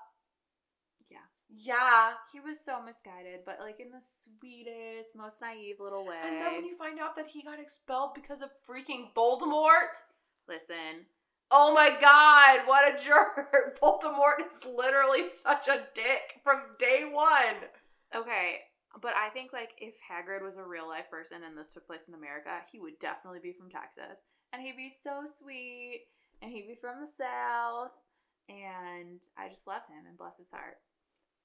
Speaker 1: Yeah.
Speaker 2: Yeah.
Speaker 1: He was so misguided, but like in the sweetest, most naive little way.
Speaker 2: And then when you find out that he got expelled because of freaking Voldemort.
Speaker 1: Listen,
Speaker 2: Oh my god, what a jerk. Voldemort is literally such a dick from day one.
Speaker 1: okay, but I think like if Hagrid was a real life person and this took place in America, he would definitely be from Texas, and he'd be so sweet, and he'd be from the South, and I just love him and bless his heart.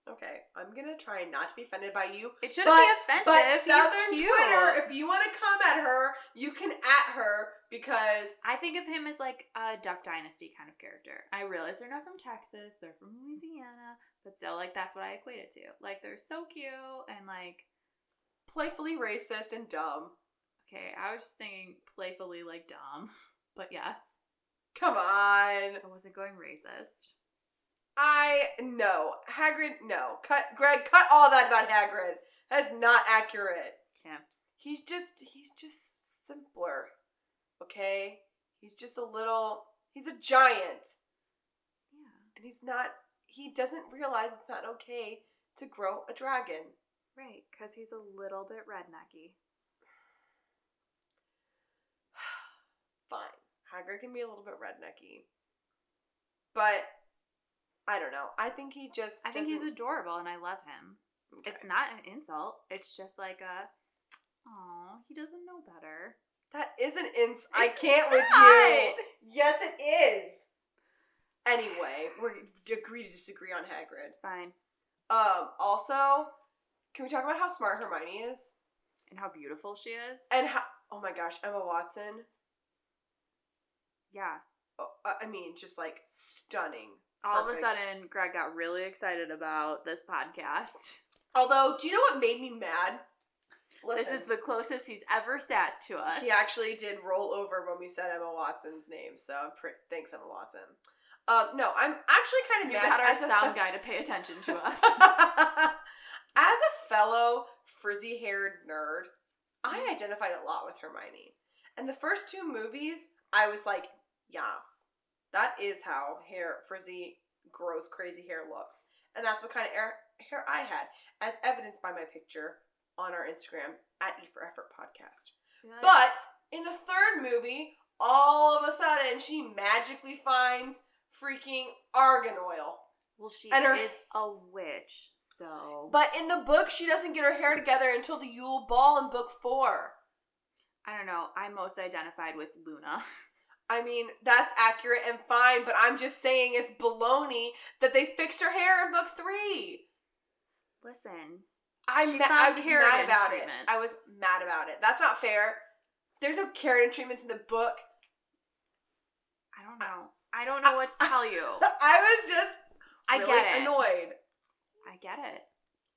Speaker 2: Okay, I'm gonna try not to be offended by you.
Speaker 1: It shouldn't be
Speaker 2: But
Speaker 1: offensive.
Speaker 2: Southern
Speaker 1: He's cute.
Speaker 2: Twitter, if you want to come at her, you can at her because
Speaker 1: I think of him as like a Duck Dynasty kind of character. I realize they're not from Texas, they're from Louisiana, but still, like, that's what I equate it to. Like, they're so cute and like,
Speaker 2: playfully racist and dumb.
Speaker 1: okay, I was just thinking playfully like dumb, but yes,
Speaker 2: Come on.
Speaker 1: I wasn't going racist.
Speaker 2: I no Hagrid. No, cut Greg. Cut all that about Hagrid. That's not accurate.
Speaker 1: Yeah.
Speaker 2: He's just he's just simpler. Okay, he's just a little. He's a giant,
Speaker 1: Yeah.
Speaker 2: and he's not. He doesn't realize it's not okay to grow a dragon.
Speaker 1: Right. Because he's a little bit rednecky.
Speaker 2: Fine, Hagrid can be a little bit rednecky, but I don't know. I think he just.
Speaker 1: I think he's
Speaker 2: doesn't-
Speaker 1: adorable and I love him.
Speaker 2: Okay.
Speaker 1: It's not an insult, it's just like a, oh, he doesn't know better.
Speaker 2: That is an ins. I
Speaker 1: It's
Speaker 2: can't with
Speaker 1: not.
Speaker 2: you. Yes, it is. Anyway, we're agree to disagree on Hagrid.
Speaker 1: Fine.
Speaker 2: Um. Also, can we talk about how smart Hermione is
Speaker 1: And how beautiful she is.
Speaker 2: and how? Oh my gosh, Emma Watson.
Speaker 1: yeah.
Speaker 2: Oh, I I mean, just like stunning.
Speaker 1: All of a
Speaker 2: Perfect.
Speaker 1: sudden, Greg got really excited about this podcast.
Speaker 2: Although, do you know what made me mad?
Speaker 1: This is the closest he's ever sat to us.
Speaker 2: He actually did roll over when we said Emma Watson's name. So pre- thanks, Emma Watson. Um, no, I'm actually kind of
Speaker 1: You
Speaker 2: mad.
Speaker 1: got our
Speaker 2: as a
Speaker 1: sound guy to pay attention to us.
Speaker 2: As a fellow frizzy haired nerd,
Speaker 1: Mm-hmm.
Speaker 2: I identified a lot with Hermione. And the first two movies, I was like, yeah, that is how hair, frizzy, gross, crazy hair looks. And that's what kind of hair, hair I had, as evidenced by my picture on our Instagram at E for Effort podcast. But in the third movie, all of a sudden, she magically finds freaking argan oil.
Speaker 1: well, she
Speaker 2: and her-
Speaker 1: is a witch, so
Speaker 2: But in the book, she doesn't get her hair together until the Yule Ball in book four.
Speaker 1: I don't know. I most identified with Luna.
Speaker 2: I mean, that's accurate and fine, but I'm just saying it's baloney that they fixed her hair in book three.
Speaker 1: Listen,
Speaker 2: I'm
Speaker 1: She
Speaker 2: ma- I
Speaker 1: found
Speaker 2: was mad
Speaker 1: keratin
Speaker 2: about it.
Speaker 1: treatments.
Speaker 2: I was mad about it. That's not fair. There's no keratin treatments in the book.
Speaker 1: I don't know. I don't know what to tell you.
Speaker 2: I was just
Speaker 1: I
Speaker 2: really
Speaker 1: get it.
Speaker 2: annoyed.
Speaker 1: I get it.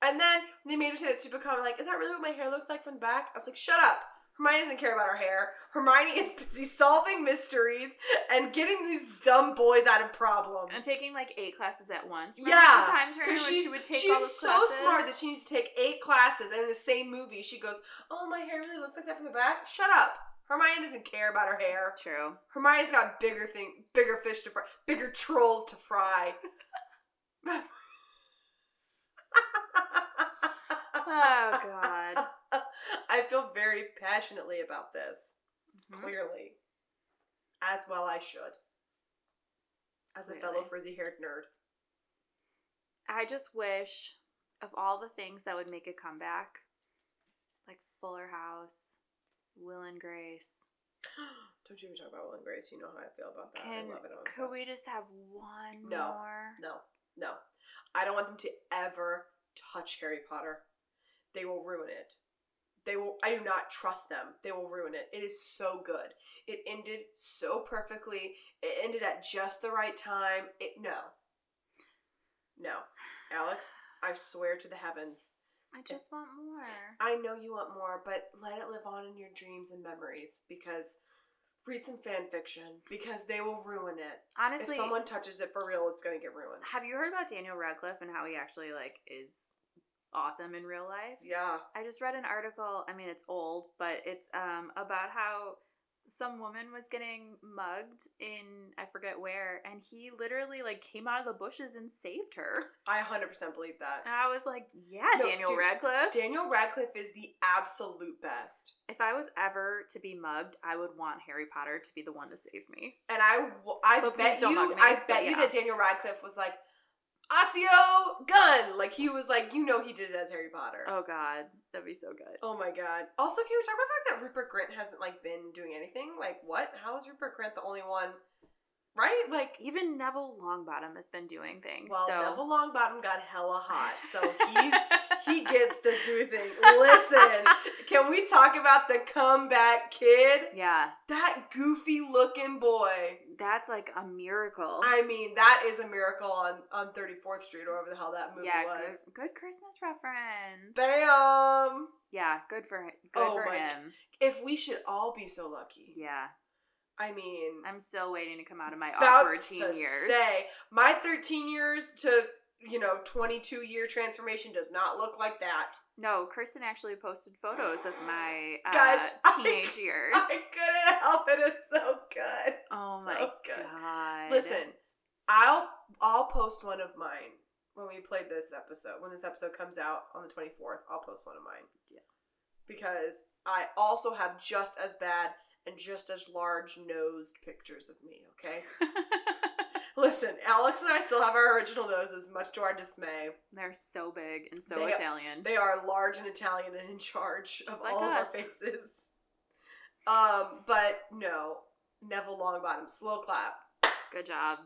Speaker 2: And then they made her say that super comment, like, is that really what my hair looks like from the back? I was like, shut up. Hermione doesn't care about her hair. Hermione is busy solving mysteries and getting these dumb boys out of problems.
Speaker 1: I'm taking like eight classes at once.
Speaker 2: Yeah,
Speaker 1: the time turner when
Speaker 2: Because she's,
Speaker 1: she would take
Speaker 2: she's
Speaker 1: all those
Speaker 2: so
Speaker 1: classes.
Speaker 2: smart that she needs to take eight classes, and in the same movie, she goes, "Oh, my hair really looks like that from the back." Shut up. Hermione doesn't care about her hair.
Speaker 1: True.
Speaker 2: Hermione's got bigger thing, bigger fish to fry, bigger trolls to fry.
Speaker 1: Oh god.
Speaker 2: I feel very passionately about this.
Speaker 1: Mhm.
Speaker 2: Clearly, as well I should. As a fellow
Speaker 1: Clearly.
Speaker 2: frizzy-haired nerd.
Speaker 1: I just wish of all the things that would make a comeback, like Fuller House, Will and Grace.
Speaker 2: Don't you even talk about Will and Grace. You know how I feel about that.
Speaker 1: Can
Speaker 2: Oh, I love it. I'm
Speaker 1: could we
Speaker 2: obsessed.
Speaker 1: just have one
Speaker 2: No.
Speaker 1: more?
Speaker 2: No, no. I don't want them to ever touch Harry Potter. They will ruin it. They will. I do not trust them. They will ruin it. It is so good. It ended so perfectly. It ended at just the right time. It no. No, Alex. I swear to the heavens.
Speaker 1: I just want more.
Speaker 2: I know you want more, but let it live on in your dreams and memories because read some fan fiction because they will ruin it.
Speaker 1: Honestly,
Speaker 2: if someone touches it for real, it's gonna get ruined.
Speaker 1: have you heard about Daniel Radcliffe and how he actually like is awesome in real life?
Speaker 2: Yeah.
Speaker 1: I just read an article. I mean, it's old, but it's um about how some woman was getting mugged in I forget where, and he literally like came out of the bushes and saved her.
Speaker 2: I 100% believe that.
Speaker 1: And I was like, yeah,
Speaker 2: No,
Speaker 1: Daniel
Speaker 2: dude,
Speaker 1: Radcliffe.
Speaker 2: Daniel Radcliffe is the absolute best.
Speaker 1: if I was ever to be mugged, I would want Harry Potter to be the one to save me.
Speaker 2: And I, w- I
Speaker 1: But
Speaker 2: bet
Speaker 1: please don't
Speaker 2: you,
Speaker 1: mug me,
Speaker 2: I
Speaker 1: but
Speaker 2: bet you
Speaker 1: yeah.
Speaker 2: that Daniel Radcliffe was like, Osseo gun! Like, he was like, you know he did it as Harry Potter.
Speaker 1: Oh God, that'd be so good.
Speaker 2: Oh my god. Also, can we talk about the fact that Rupert Grant hasn't, like, been doing anything? Like, what? How is Rupert Grant the only one, right? Like,
Speaker 1: Even Neville Longbottom has been doing things.
Speaker 2: well,
Speaker 1: so.
Speaker 2: Neville Longbottom got hella hot, so he he gets to do things. Listen, can we talk about the comeback kid?
Speaker 1: yeah,
Speaker 2: That goofy looking boy.
Speaker 1: that's like a miracle.
Speaker 2: I mean, that is a miracle on on 34th Street or whatever the hell that movie
Speaker 1: yeah,
Speaker 2: was.
Speaker 1: good, good Christmas reference.
Speaker 2: Bam!
Speaker 1: yeah, good for hi- good
Speaker 2: Oh
Speaker 1: for
Speaker 2: my-
Speaker 1: him.
Speaker 2: If we should all be so lucky.
Speaker 1: Yeah,
Speaker 2: I mean,
Speaker 1: I'm still waiting to come out of my
Speaker 2: about
Speaker 1: awkward teen
Speaker 2: to
Speaker 1: years.
Speaker 2: say my 13 years to you know 22 year transformation does not look like that.
Speaker 1: No, Kristen actually posted photos of my uh,
Speaker 2: Guys, I-
Speaker 1: teenage years.
Speaker 2: I couldn't help it. It's so good.
Speaker 1: oh
Speaker 2: so
Speaker 1: my
Speaker 2: good.
Speaker 1: god!
Speaker 2: Listen, I'll I'll post one of mine when we play this episode. When this episode comes out on the twenty fourth, I'll post one of mine.
Speaker 1: Yeah.
Speaker 2: Because I also have just as bad and just as large nosed pictures of me. Okay. Listen, Alex and I still have our original noses, much to our dismay.
Speaker 1: They're so big and so
Speaker 2: They-
Speaker 1: Italian.
Speaker 2: They are large and Italian and in charge
Speaker 1: Just
Speaker 2: of
Speaker 1: like
Speaker 2: all of our
Speaker 1: us.
Speaker 2: faces. Um, but no, Neville Longbottom, slow clap.
Speaker 1: Good job.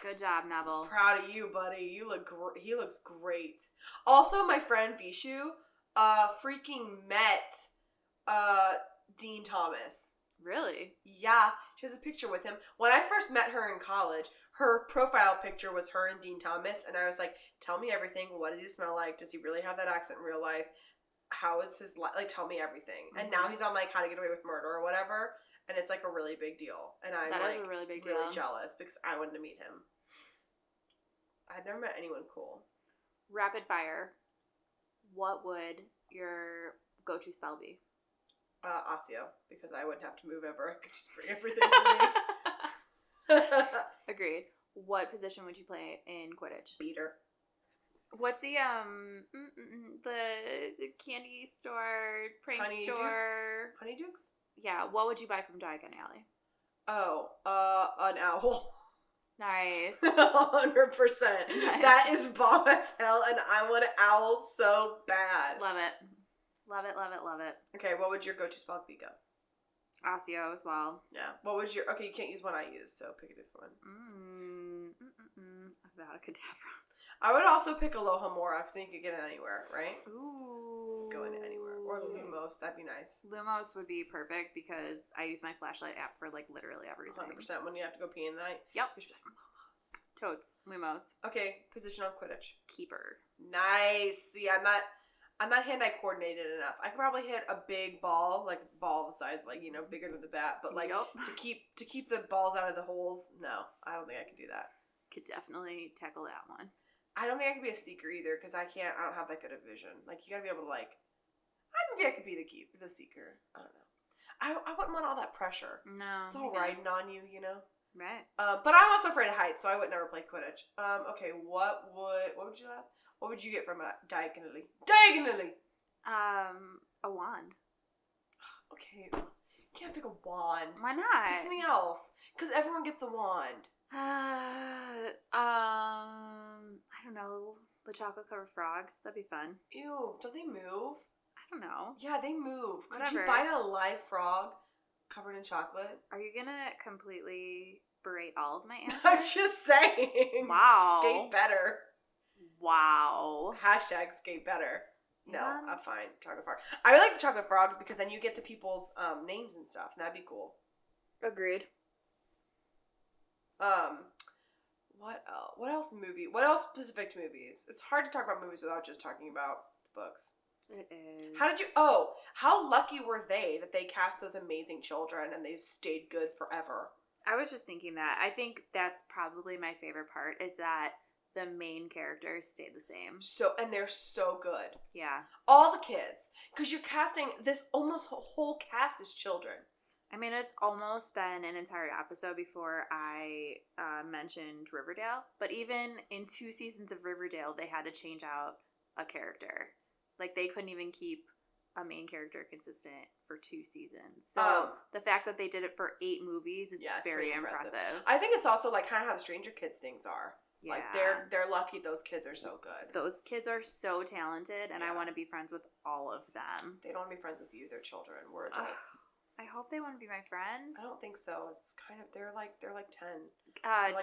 Speaker 1: Good job, Neville.
Speaker 2: Proud of you, buddy. You look gr- he looks great. Also, my friend Vishu, uh, freaking met uh Dean Thomas.
Speaker 1: Really?
Speaker 2: Yeah, she has a picture with him. When I first met her in college, her profile picture was her and Dean Thomas, and I was like, "Tell me everything. What does he smell like? Does he really have that accent in real life? How is his li Like, tell me everything." And now
Speaker 1: Mhm.
Speaker 2: he's on like How to Get Away with Murder or whatever, and it's like a really big deal. And I'm
Speaker 1: That
Speaker 2: like,
Speaker 1: is a really big deal.
Speaker 2: really jealous because I wanted to meet him. I'd never met anyone cool.
Speaker 1: Rapid fire. What would your go-to spell be?
Speaker 2: Uh, Osseo, because I wouldn't have to move ever. I could just bring everything with me.
Speaker 1: Agreed. What position would you play in Quidditch?
Speaker 2: Beater.
Speaker 1: What's the um mm, mm, mm, the, the candy store prank
Speaker 2: Honey Dukes?
Speaker 1: store?
Speaker 2: Honeydukes?
Speaker 1: Yeah. What would you buy from Diagon Alley?
Speaker 2: Oh, uh, an owl.
Speaker 1: Nice.
Speaker 2: 100%. That is bomb as hell, and I want an owl so bad.
Speaker 1: love it. Love it. Love it. Love it.
Speaker 2: Okay, what would your go to spell be go?
Speaker 1: Osseo as well.
Speaker 2: Yeah. What would your. Okay, you can't use one I use, so pick a different one.
Speaker 1: Mm, mm, mm, mm. Avada Kedavra.
Speaker 2: I would also pick Aloha Mora, because then you could get it anywhere, right?
Speaker 1: Ooh.
Speaker 2: Going anywhere. Or Lumos, that'd be nice.
Speaker 1: Lumos would be perfect because I use my flashlight app for like literally everything.
Speaker 2: 100% when you have to go pee in the night.
Speaker 1: Yep.
Speaker 2: You should be like, Lumos.
Speaker 1: Totes, Lumos,
Speaker 2: Okay, position on Quidditch.
Speaker 1: Keeper.
Speaker 2: Nice. See, I'm not. I'm not hand eye coordinated enough. I could probably hit a big ball, like ball the size like you know bigger than the bat, but like
Speaker 1: Yup.
Speaker 2: to keep to keep the balls out of the holes. No, I don't think I can do that.
Speaker 1: could definitely tackle that one.
Speaker 2: I don't think I can be a seeker either because I can't. I don't have that good of vision. Like you gotta be able to like. I maybe I could be the keep the seeker. I don't know. I I wouldn't want all that pressure.
Speaker 1: No,
Speaker 2: It's all
Speaker 1: Um, yeah.
Speaker 2: riding on you, you know.
Speaker 1: Right.
Speaker 2: Uh, but I'm also afraid of heights, so I would never play Quidditch. Um, okay, what would what would you have? What would you get from a diagonally? Diagonally.
Speaker 1: Um, a wand.
Speaker 2: Okay, can't pick a wand.
Speaker 1: Why
Speaker 2: Pick
Speaker 1: not?
Speaker 2: something else, because everyone gets the wand.
Speaker 1: Uh, um, I don't know. The chocolate covered frogs. That'd be fun.
Speaker 2: Ew, don't they move?
Speaker 1: I don't know.
Speaker 2: Yeah, they move. Could you
Speaker 1: Whatever.
Speaker 2: bite a live frog covered in chocolate?
Speaker 1: Are you gonna completely berate all of my
Speaker 2: I'm
Speaker 1: answers?
Speaker 2: just saying.
Speaker 1: Wow.
Speaker 2: Skate better.
Speaker 1: wow.
Speaker 2: Hashtag skate better. No,
Speaker 1: Um,
Speaker 2: I'm fine. Chocolate frog. I like the chocolate frogs because then you get the people's um, names and stuff, and that'd be cool.
Speaker 1: Agreed.
Speaker 2: Um, what else? What else? Movie? What else? Specific to movies? It's hard to talk about movies without just talking about the books.
Speaker 1: It is.
Speaker 2: How did you? Oh, how lucky were they that they cast those amazing children and they stayed good forever?
Speaker 1: I was just thinking that. I think that's probably my favorite part is that the main characters stayed the same.
Speaker 2: So and they're so good.
Speaker 1: Yeah.
Speaker 2: All the kids, because you're casting this almost whole cast is children.
Speaker 1: I mean, it's almost been an entire episode before I uh, mentioned Riverdale, but even in two seasons of Riverdale, they had to change out a character. Like, they couldn't even keep a main character consistent for two seasons. So,
Speaker 2: Um,
Speaker 1: the fact that they did it for eight movies is
Speaker 2: Yeah, it's
Speaker 1: very
Speaker 2: pretty impressive.
Speaker 1: impressive.
Speaker 2: I think it's also like kind of how the Stranger Kids things are.
Speaker 1: yeah.
Speaker 2: Like they're they're lucky those kids are so good.
Speaker 1: Those kids are so talented, and
Speaker 2: Yeah.
Speaker 1: I want to be friends with all of them.
Speaker 2: They don't want to be friends with you. They're children. We're
Speaker 1: Ugh.
Speaker 2: adults.
Speaker 1: I hope they want to be my friends.
Speaker 2: I don't think so. It's kind of they're like they're like ten.
Speaker 1: Uh,
Speaker 2: Like, in their late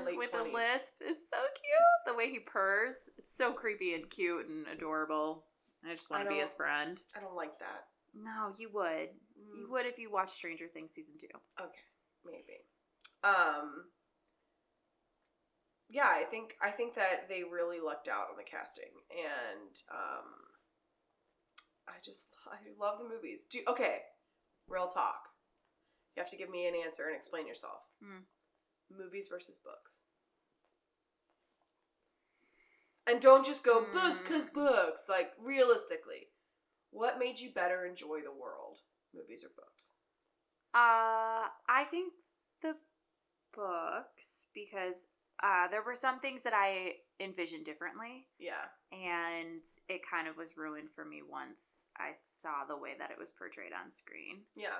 Speaker 1: Dustin with a
Speaker 2: 20s.
Speaker 1: lisp is so cute. The way he purrs, it's so creepy and cute and adorable. I just want
Speaker 2: I
Speaker 1: to be
Speaker 2: don't-
Speaker 1: his friend.
Speaker 2: I don't like that.
Speaker 1: No, you would. You
Speaker 2: Mm,
Speaker 1: would if you watched Stranger Things season two.
Speaker 2: Okay, maybe. Um. Yeah, I think I think that they really lucked out on the casting, and um, I just I love the movies. Do okay, real talk. You have to give me an answer and explain yourself.
Speaker 1: Hmm.
Speaker 2: Movies versus books. And don't just go books because
Speaker 1: Hmm.
Speaker 2: books. Like realistically, what made you better enjoy the world? Movies or books?
Speaker 1: Uh, I think the books because uh, there were some things that I envisioned differently,
Speaker 2: Yeah.
Speaker 1: and it kind of was ruined for me once I saw the way that it was portrayed on screen.
Speaker 2: Yeah.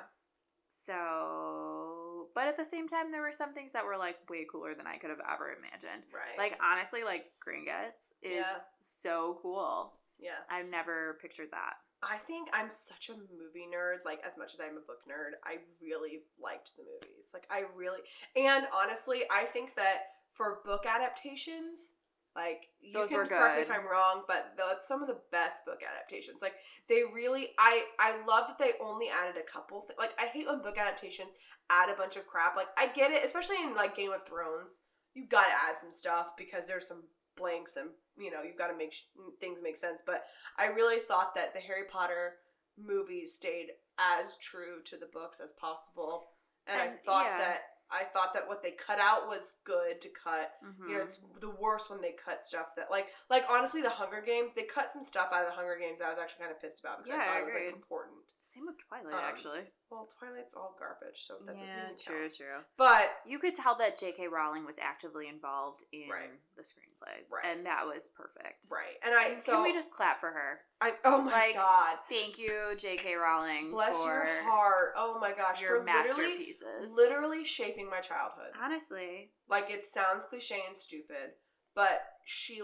Speaker 1: So, but at the same time, there were some things that were like way cooler than I could have ever imagined.
Speaker 2: Right.
Speaker 1: Like honestly, like Gringotts is
Speaker 2: Yeah.
Speaker 1: so cool.
Speaker 2: yeah.
Speaker 1: I've never pictured that.
Speaker 2: I think I'm such a movie nerd. Like as much as I'm a book nerd, I really liked the movies. Like I really and honestly, I think that for book adaptations, like you
Speaker 1: Those
Speaker 2: can
Speaker 1: were
Speaker 2: correct me if
Speaker 1: good.
Speaker 2: I'm wrong, but that's some of the best book adaptations. Like they really, I I love that they only added a couple. Th- like I hate when book adaptations add a bunch of crap. Like I get it, especially in like Game of Thrones, you gotta add some stuff because there's some blanks and you know you've got to make sh- things make sense. But I really thought that the Harry Potter movies stayed as true to the books as possible, and, I
Speaker 1: And-
Speaker 2: thought
Speaker 1: yeah.
Speaker 2: that I thought that what they cut out was good to cut.
Speaker 1: Mhm.
Speaker 2: You know, it's the worst when they cut stuff that like like honestly, the Hunger Games they cut some stuff out of the Hunger Games. I was actually kind of pissed about because
Speaker 1: Yeah,
Speaker 2: I thought
Speaker 1: I
Speaker 2: it was like
Speaker 1: agreed.
Speaker 2: important.
Speaker 1: Same with Twilight,
Speaker 2: Um,
Speaker 1: actually.
Speaker 2: Well, Twilight's all garbage, so that doesn't
Speaker 1: yeah,
Speaker 2: even
Speaker 1: true,
Speaker 2: count.
Speaker 1: true.
Speaker 2: But
Speaker 1: You could tell that J.K. Rowling was actively involved in
Speaker 2: Right.
Speaker 1: the screenplays,
Speaker 2: Right.
Speaker 1: and that was perfect.
Speaker 2: right, and I
Speaker 1: And
Speaker 2: so
Speaker 1: Can we just clap for her?
Speaker 2: I oh my
Speaker 1: like,
Speaker 2: god,
Speaker 1: Thank you, J.K. Rowling,
Speaker 2: bless
Speaker 1: for
Speaker 2: your heart. Oh my gosh,
Speaker 1: your
Speaker 2: for literally,
Speaker 1: masterpieces.
Speaker 2: literally shaping my childhood.
Speaker 1: Honestly,
Speaker 2: Like it sounds cliche and stupid, but she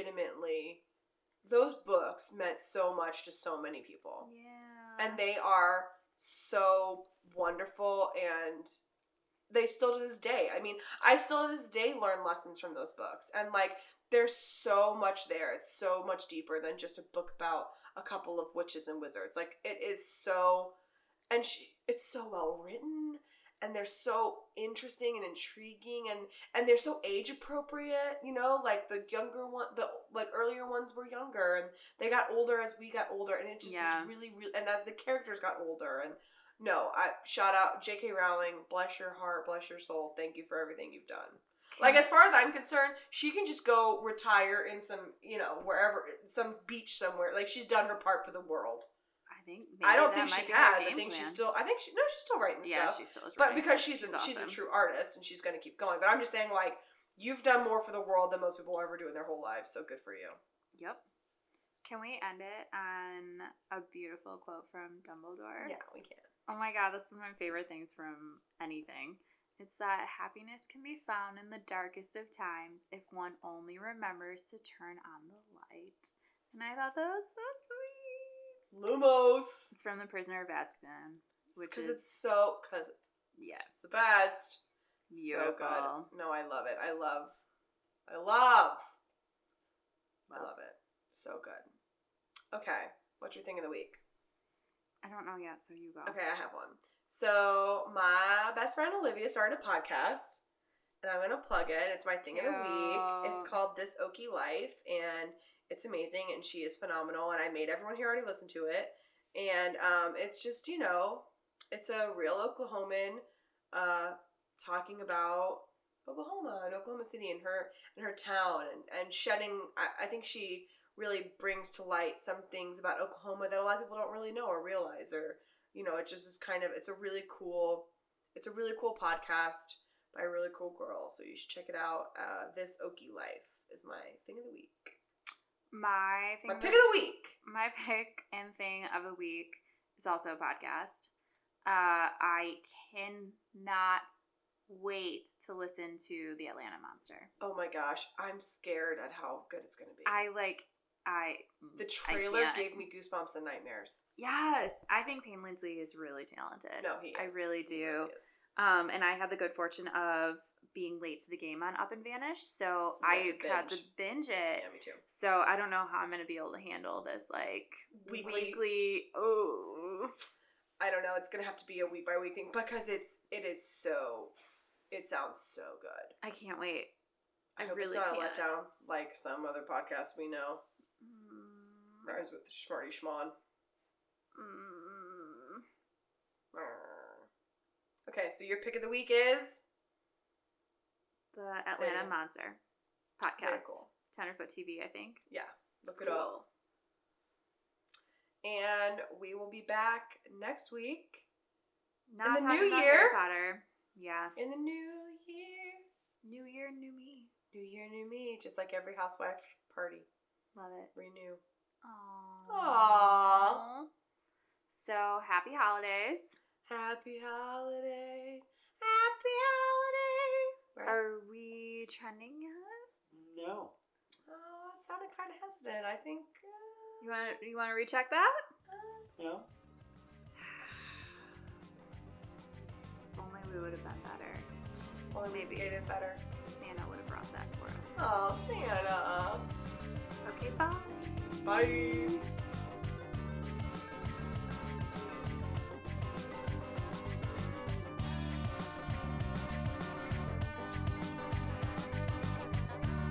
Speaker 2: legitimately those books meant so much to so many people.
Speaker 1: yeah.
Speaker 2: And they are so wonderful and they still to this day. I mean, I still to this day learn lessons from those books. And like there's so much there. It's so much deeper than just a book about a couple of witches and wizards. Like it is so and she it's so well written and they're so interesting and intriguing and and they're so age appropriate you know like the younger one the like earlier ones were younger and they got older as we got older and it just
Speaker 1: Yeah.
Speaker 2: is really really and as the characters got older and no i shout out jk rowling bless your heart bless your soul thank you for everything you've done like as far as i'm concerned she can just go retire in some you know wherever some beach somewhere like she's done her part for the world
Speaker 1: I think
Speaker 2: i
Speaker 1: maybe
Speaker 2: don't
Speaker 1: that
Speaker 2: think
Speaker 1: might
Speaker 2: she
Speaker 1: be her
Speaker 2: has i
Speaker 1: game
Speaker 2: think she's
Speaker 1: plan.
Speaker 2: still i think she no she's still writing
Speaker 1: yeah
Speaker 2: stuff
Speaker 1: she still is
Speaker 2: but
Speaker 1: writing.
Speaker 2: because she's a,
Speaker 1: She's
Speaker 2: she's a
Speaker 1: awesome.
Speaker 2: true artist and she's going to keep going. But I'm just saying, like, you've done more for the world than most people will ever do in their whole lives. So good for you.
Speaker 1: Yep. Can we end it on a beautiful quote from Dumbledore?
Speaker 2: Yeah, we can.
Speaker 1: Oh my god, this is one of my favorite things from anything. It's that happiness can be found in the darkest of times if one only remembers to turn on the light. And I thought that was so sweet.
Speaker 2: Lumos.
Speaker 1: It's from The Prisoner of Azkaban, which
Speaker 2: Because
Speaker 1: is
Speaker 2: it's so because
Speaker 1: yeah,
Speaker 2: it's the best.
Speaker 1: beautiful.
Speaker 2: So good. No, I love it. I love. I love. I love it. So good. Okay, what's your thing of the week?
Speaker 1: I don't know yet, so you go.
Speaker 2: Okay, I have one. So my best friend Olivia started a podcast, and I'm gonna plug it. It's my thing of the week. It's
Speaker 1: Cute.
Speaker 2: called This Okie Life, and it's amazing. And she is phenomenal. And I made everyone here already listen to it. And um, it's just you know, it's a real Oklahoman uh, talking about Oklahoma and Oklahoma City and her and her town and and shedding. I, I think she really brings to light some things about Oklahoma that a lot of people don't really know or realize or you know it just is kind of it's a really cool it's a really cool podcast by a really cool girl so you should check it out uh, this okie life is my thing of the week
Speaker 1: My thing
Speaker 2: my
Speaker 1: that-
Speaker 2: pick of the week
Speaker 1: my pick and thing of the week is also a podcast. Uh, I cannot wait to listen to the Atlanta Monster.
Speaker 2: oh my gosh i'm scared at how good it's gonna be
Speaker 1: I like I
Speaker 2: the
Speaker 1: I
Speaker 2: trailer
Speaker 1: can't-
Speaker 2: gave me goosebumps and nightmares
Speaker 1: yes. I think Payne Lindsay is really talented.
Speaker 2: no he is.
Speaker 1: I really
Speaker 2: He
Speaker 1: do.
Speaker 2: is.
Speaker 1: Um, and I had the good fortune of being late to the game on Up and Vanish, so
Speaker 2: You
Speaker 1: I
Speaker 2: had to
Speaker 1: had to
Speaker 2: binge.
Speaker 1: binge
Speaker 2: yeah
Speaker 1: it.
Speaker 2: me too
Speaker 1: So I don't know how I'm gonna be able to handle this like
Speaker 2: Weekly.
Speaker 1: weekly oh
Speaker 2: i don't know it's gonna have to be a week by week thing because it's it is so it sounds so good
Speaker 1: I can't wait.
Speaker 2: i,
Speaker 1: I
Speaker 2: hope
Speaker 1: really
Speaker 2: it's not
Speaker 1: can't.
Speaker 2: a letdown like some other podcasts we know
Speaker 1: Mm,
Speaker 2: ours with smarty schmon
Speaker 1: mm.
Speaker 2: Okay, so your pick of the week is
Speaker 1: The Atlanta
Speaker 2: again.
Speaker 1: Monster
Speaker 2: Very
Speaker 1: podcast,
Speaker 2: cool.
Speaker 1: Tenderfoot TV, I think.
Speaker 2: Look it up. And we will be back next week
Speaker 1: Not
Speaker 2: the
Speaker 1: talking
Speaker 2: new
Speaker 1: about
Speaker 2: year?
Speaker 1: Harry Potter. Yeah,
Speaker 2: in the new year.
Speaker 1: new year, new me.
Speaker 2: New year, new me, just like every housewife party.
Speaker 1: Love it.
Speaker 2: Renew.
Speaker 1: Aww. So happy holidays.
Speaker 2: Happy holiday. Happy holiday. Right?
Speaker 1: Are we trending yet?
Speaker 3: No.
Speaker 2: oh, that sounded kind of hesitant. I think.
Speaker 1: You want to you want to recheck that?
Speaker 2: Uh, uh,
Speaker 3: No.
Speaker 1: If only we would have been better.
Speaker 2: well, we
Speaker 1: Maybe.
Speaker 2: skated better.
Speaker 1: Santa would have brought that for us.
Speaker 2: Oh, Santa.
Speaker 1: Okay, bye.
Speaker 2: Bye.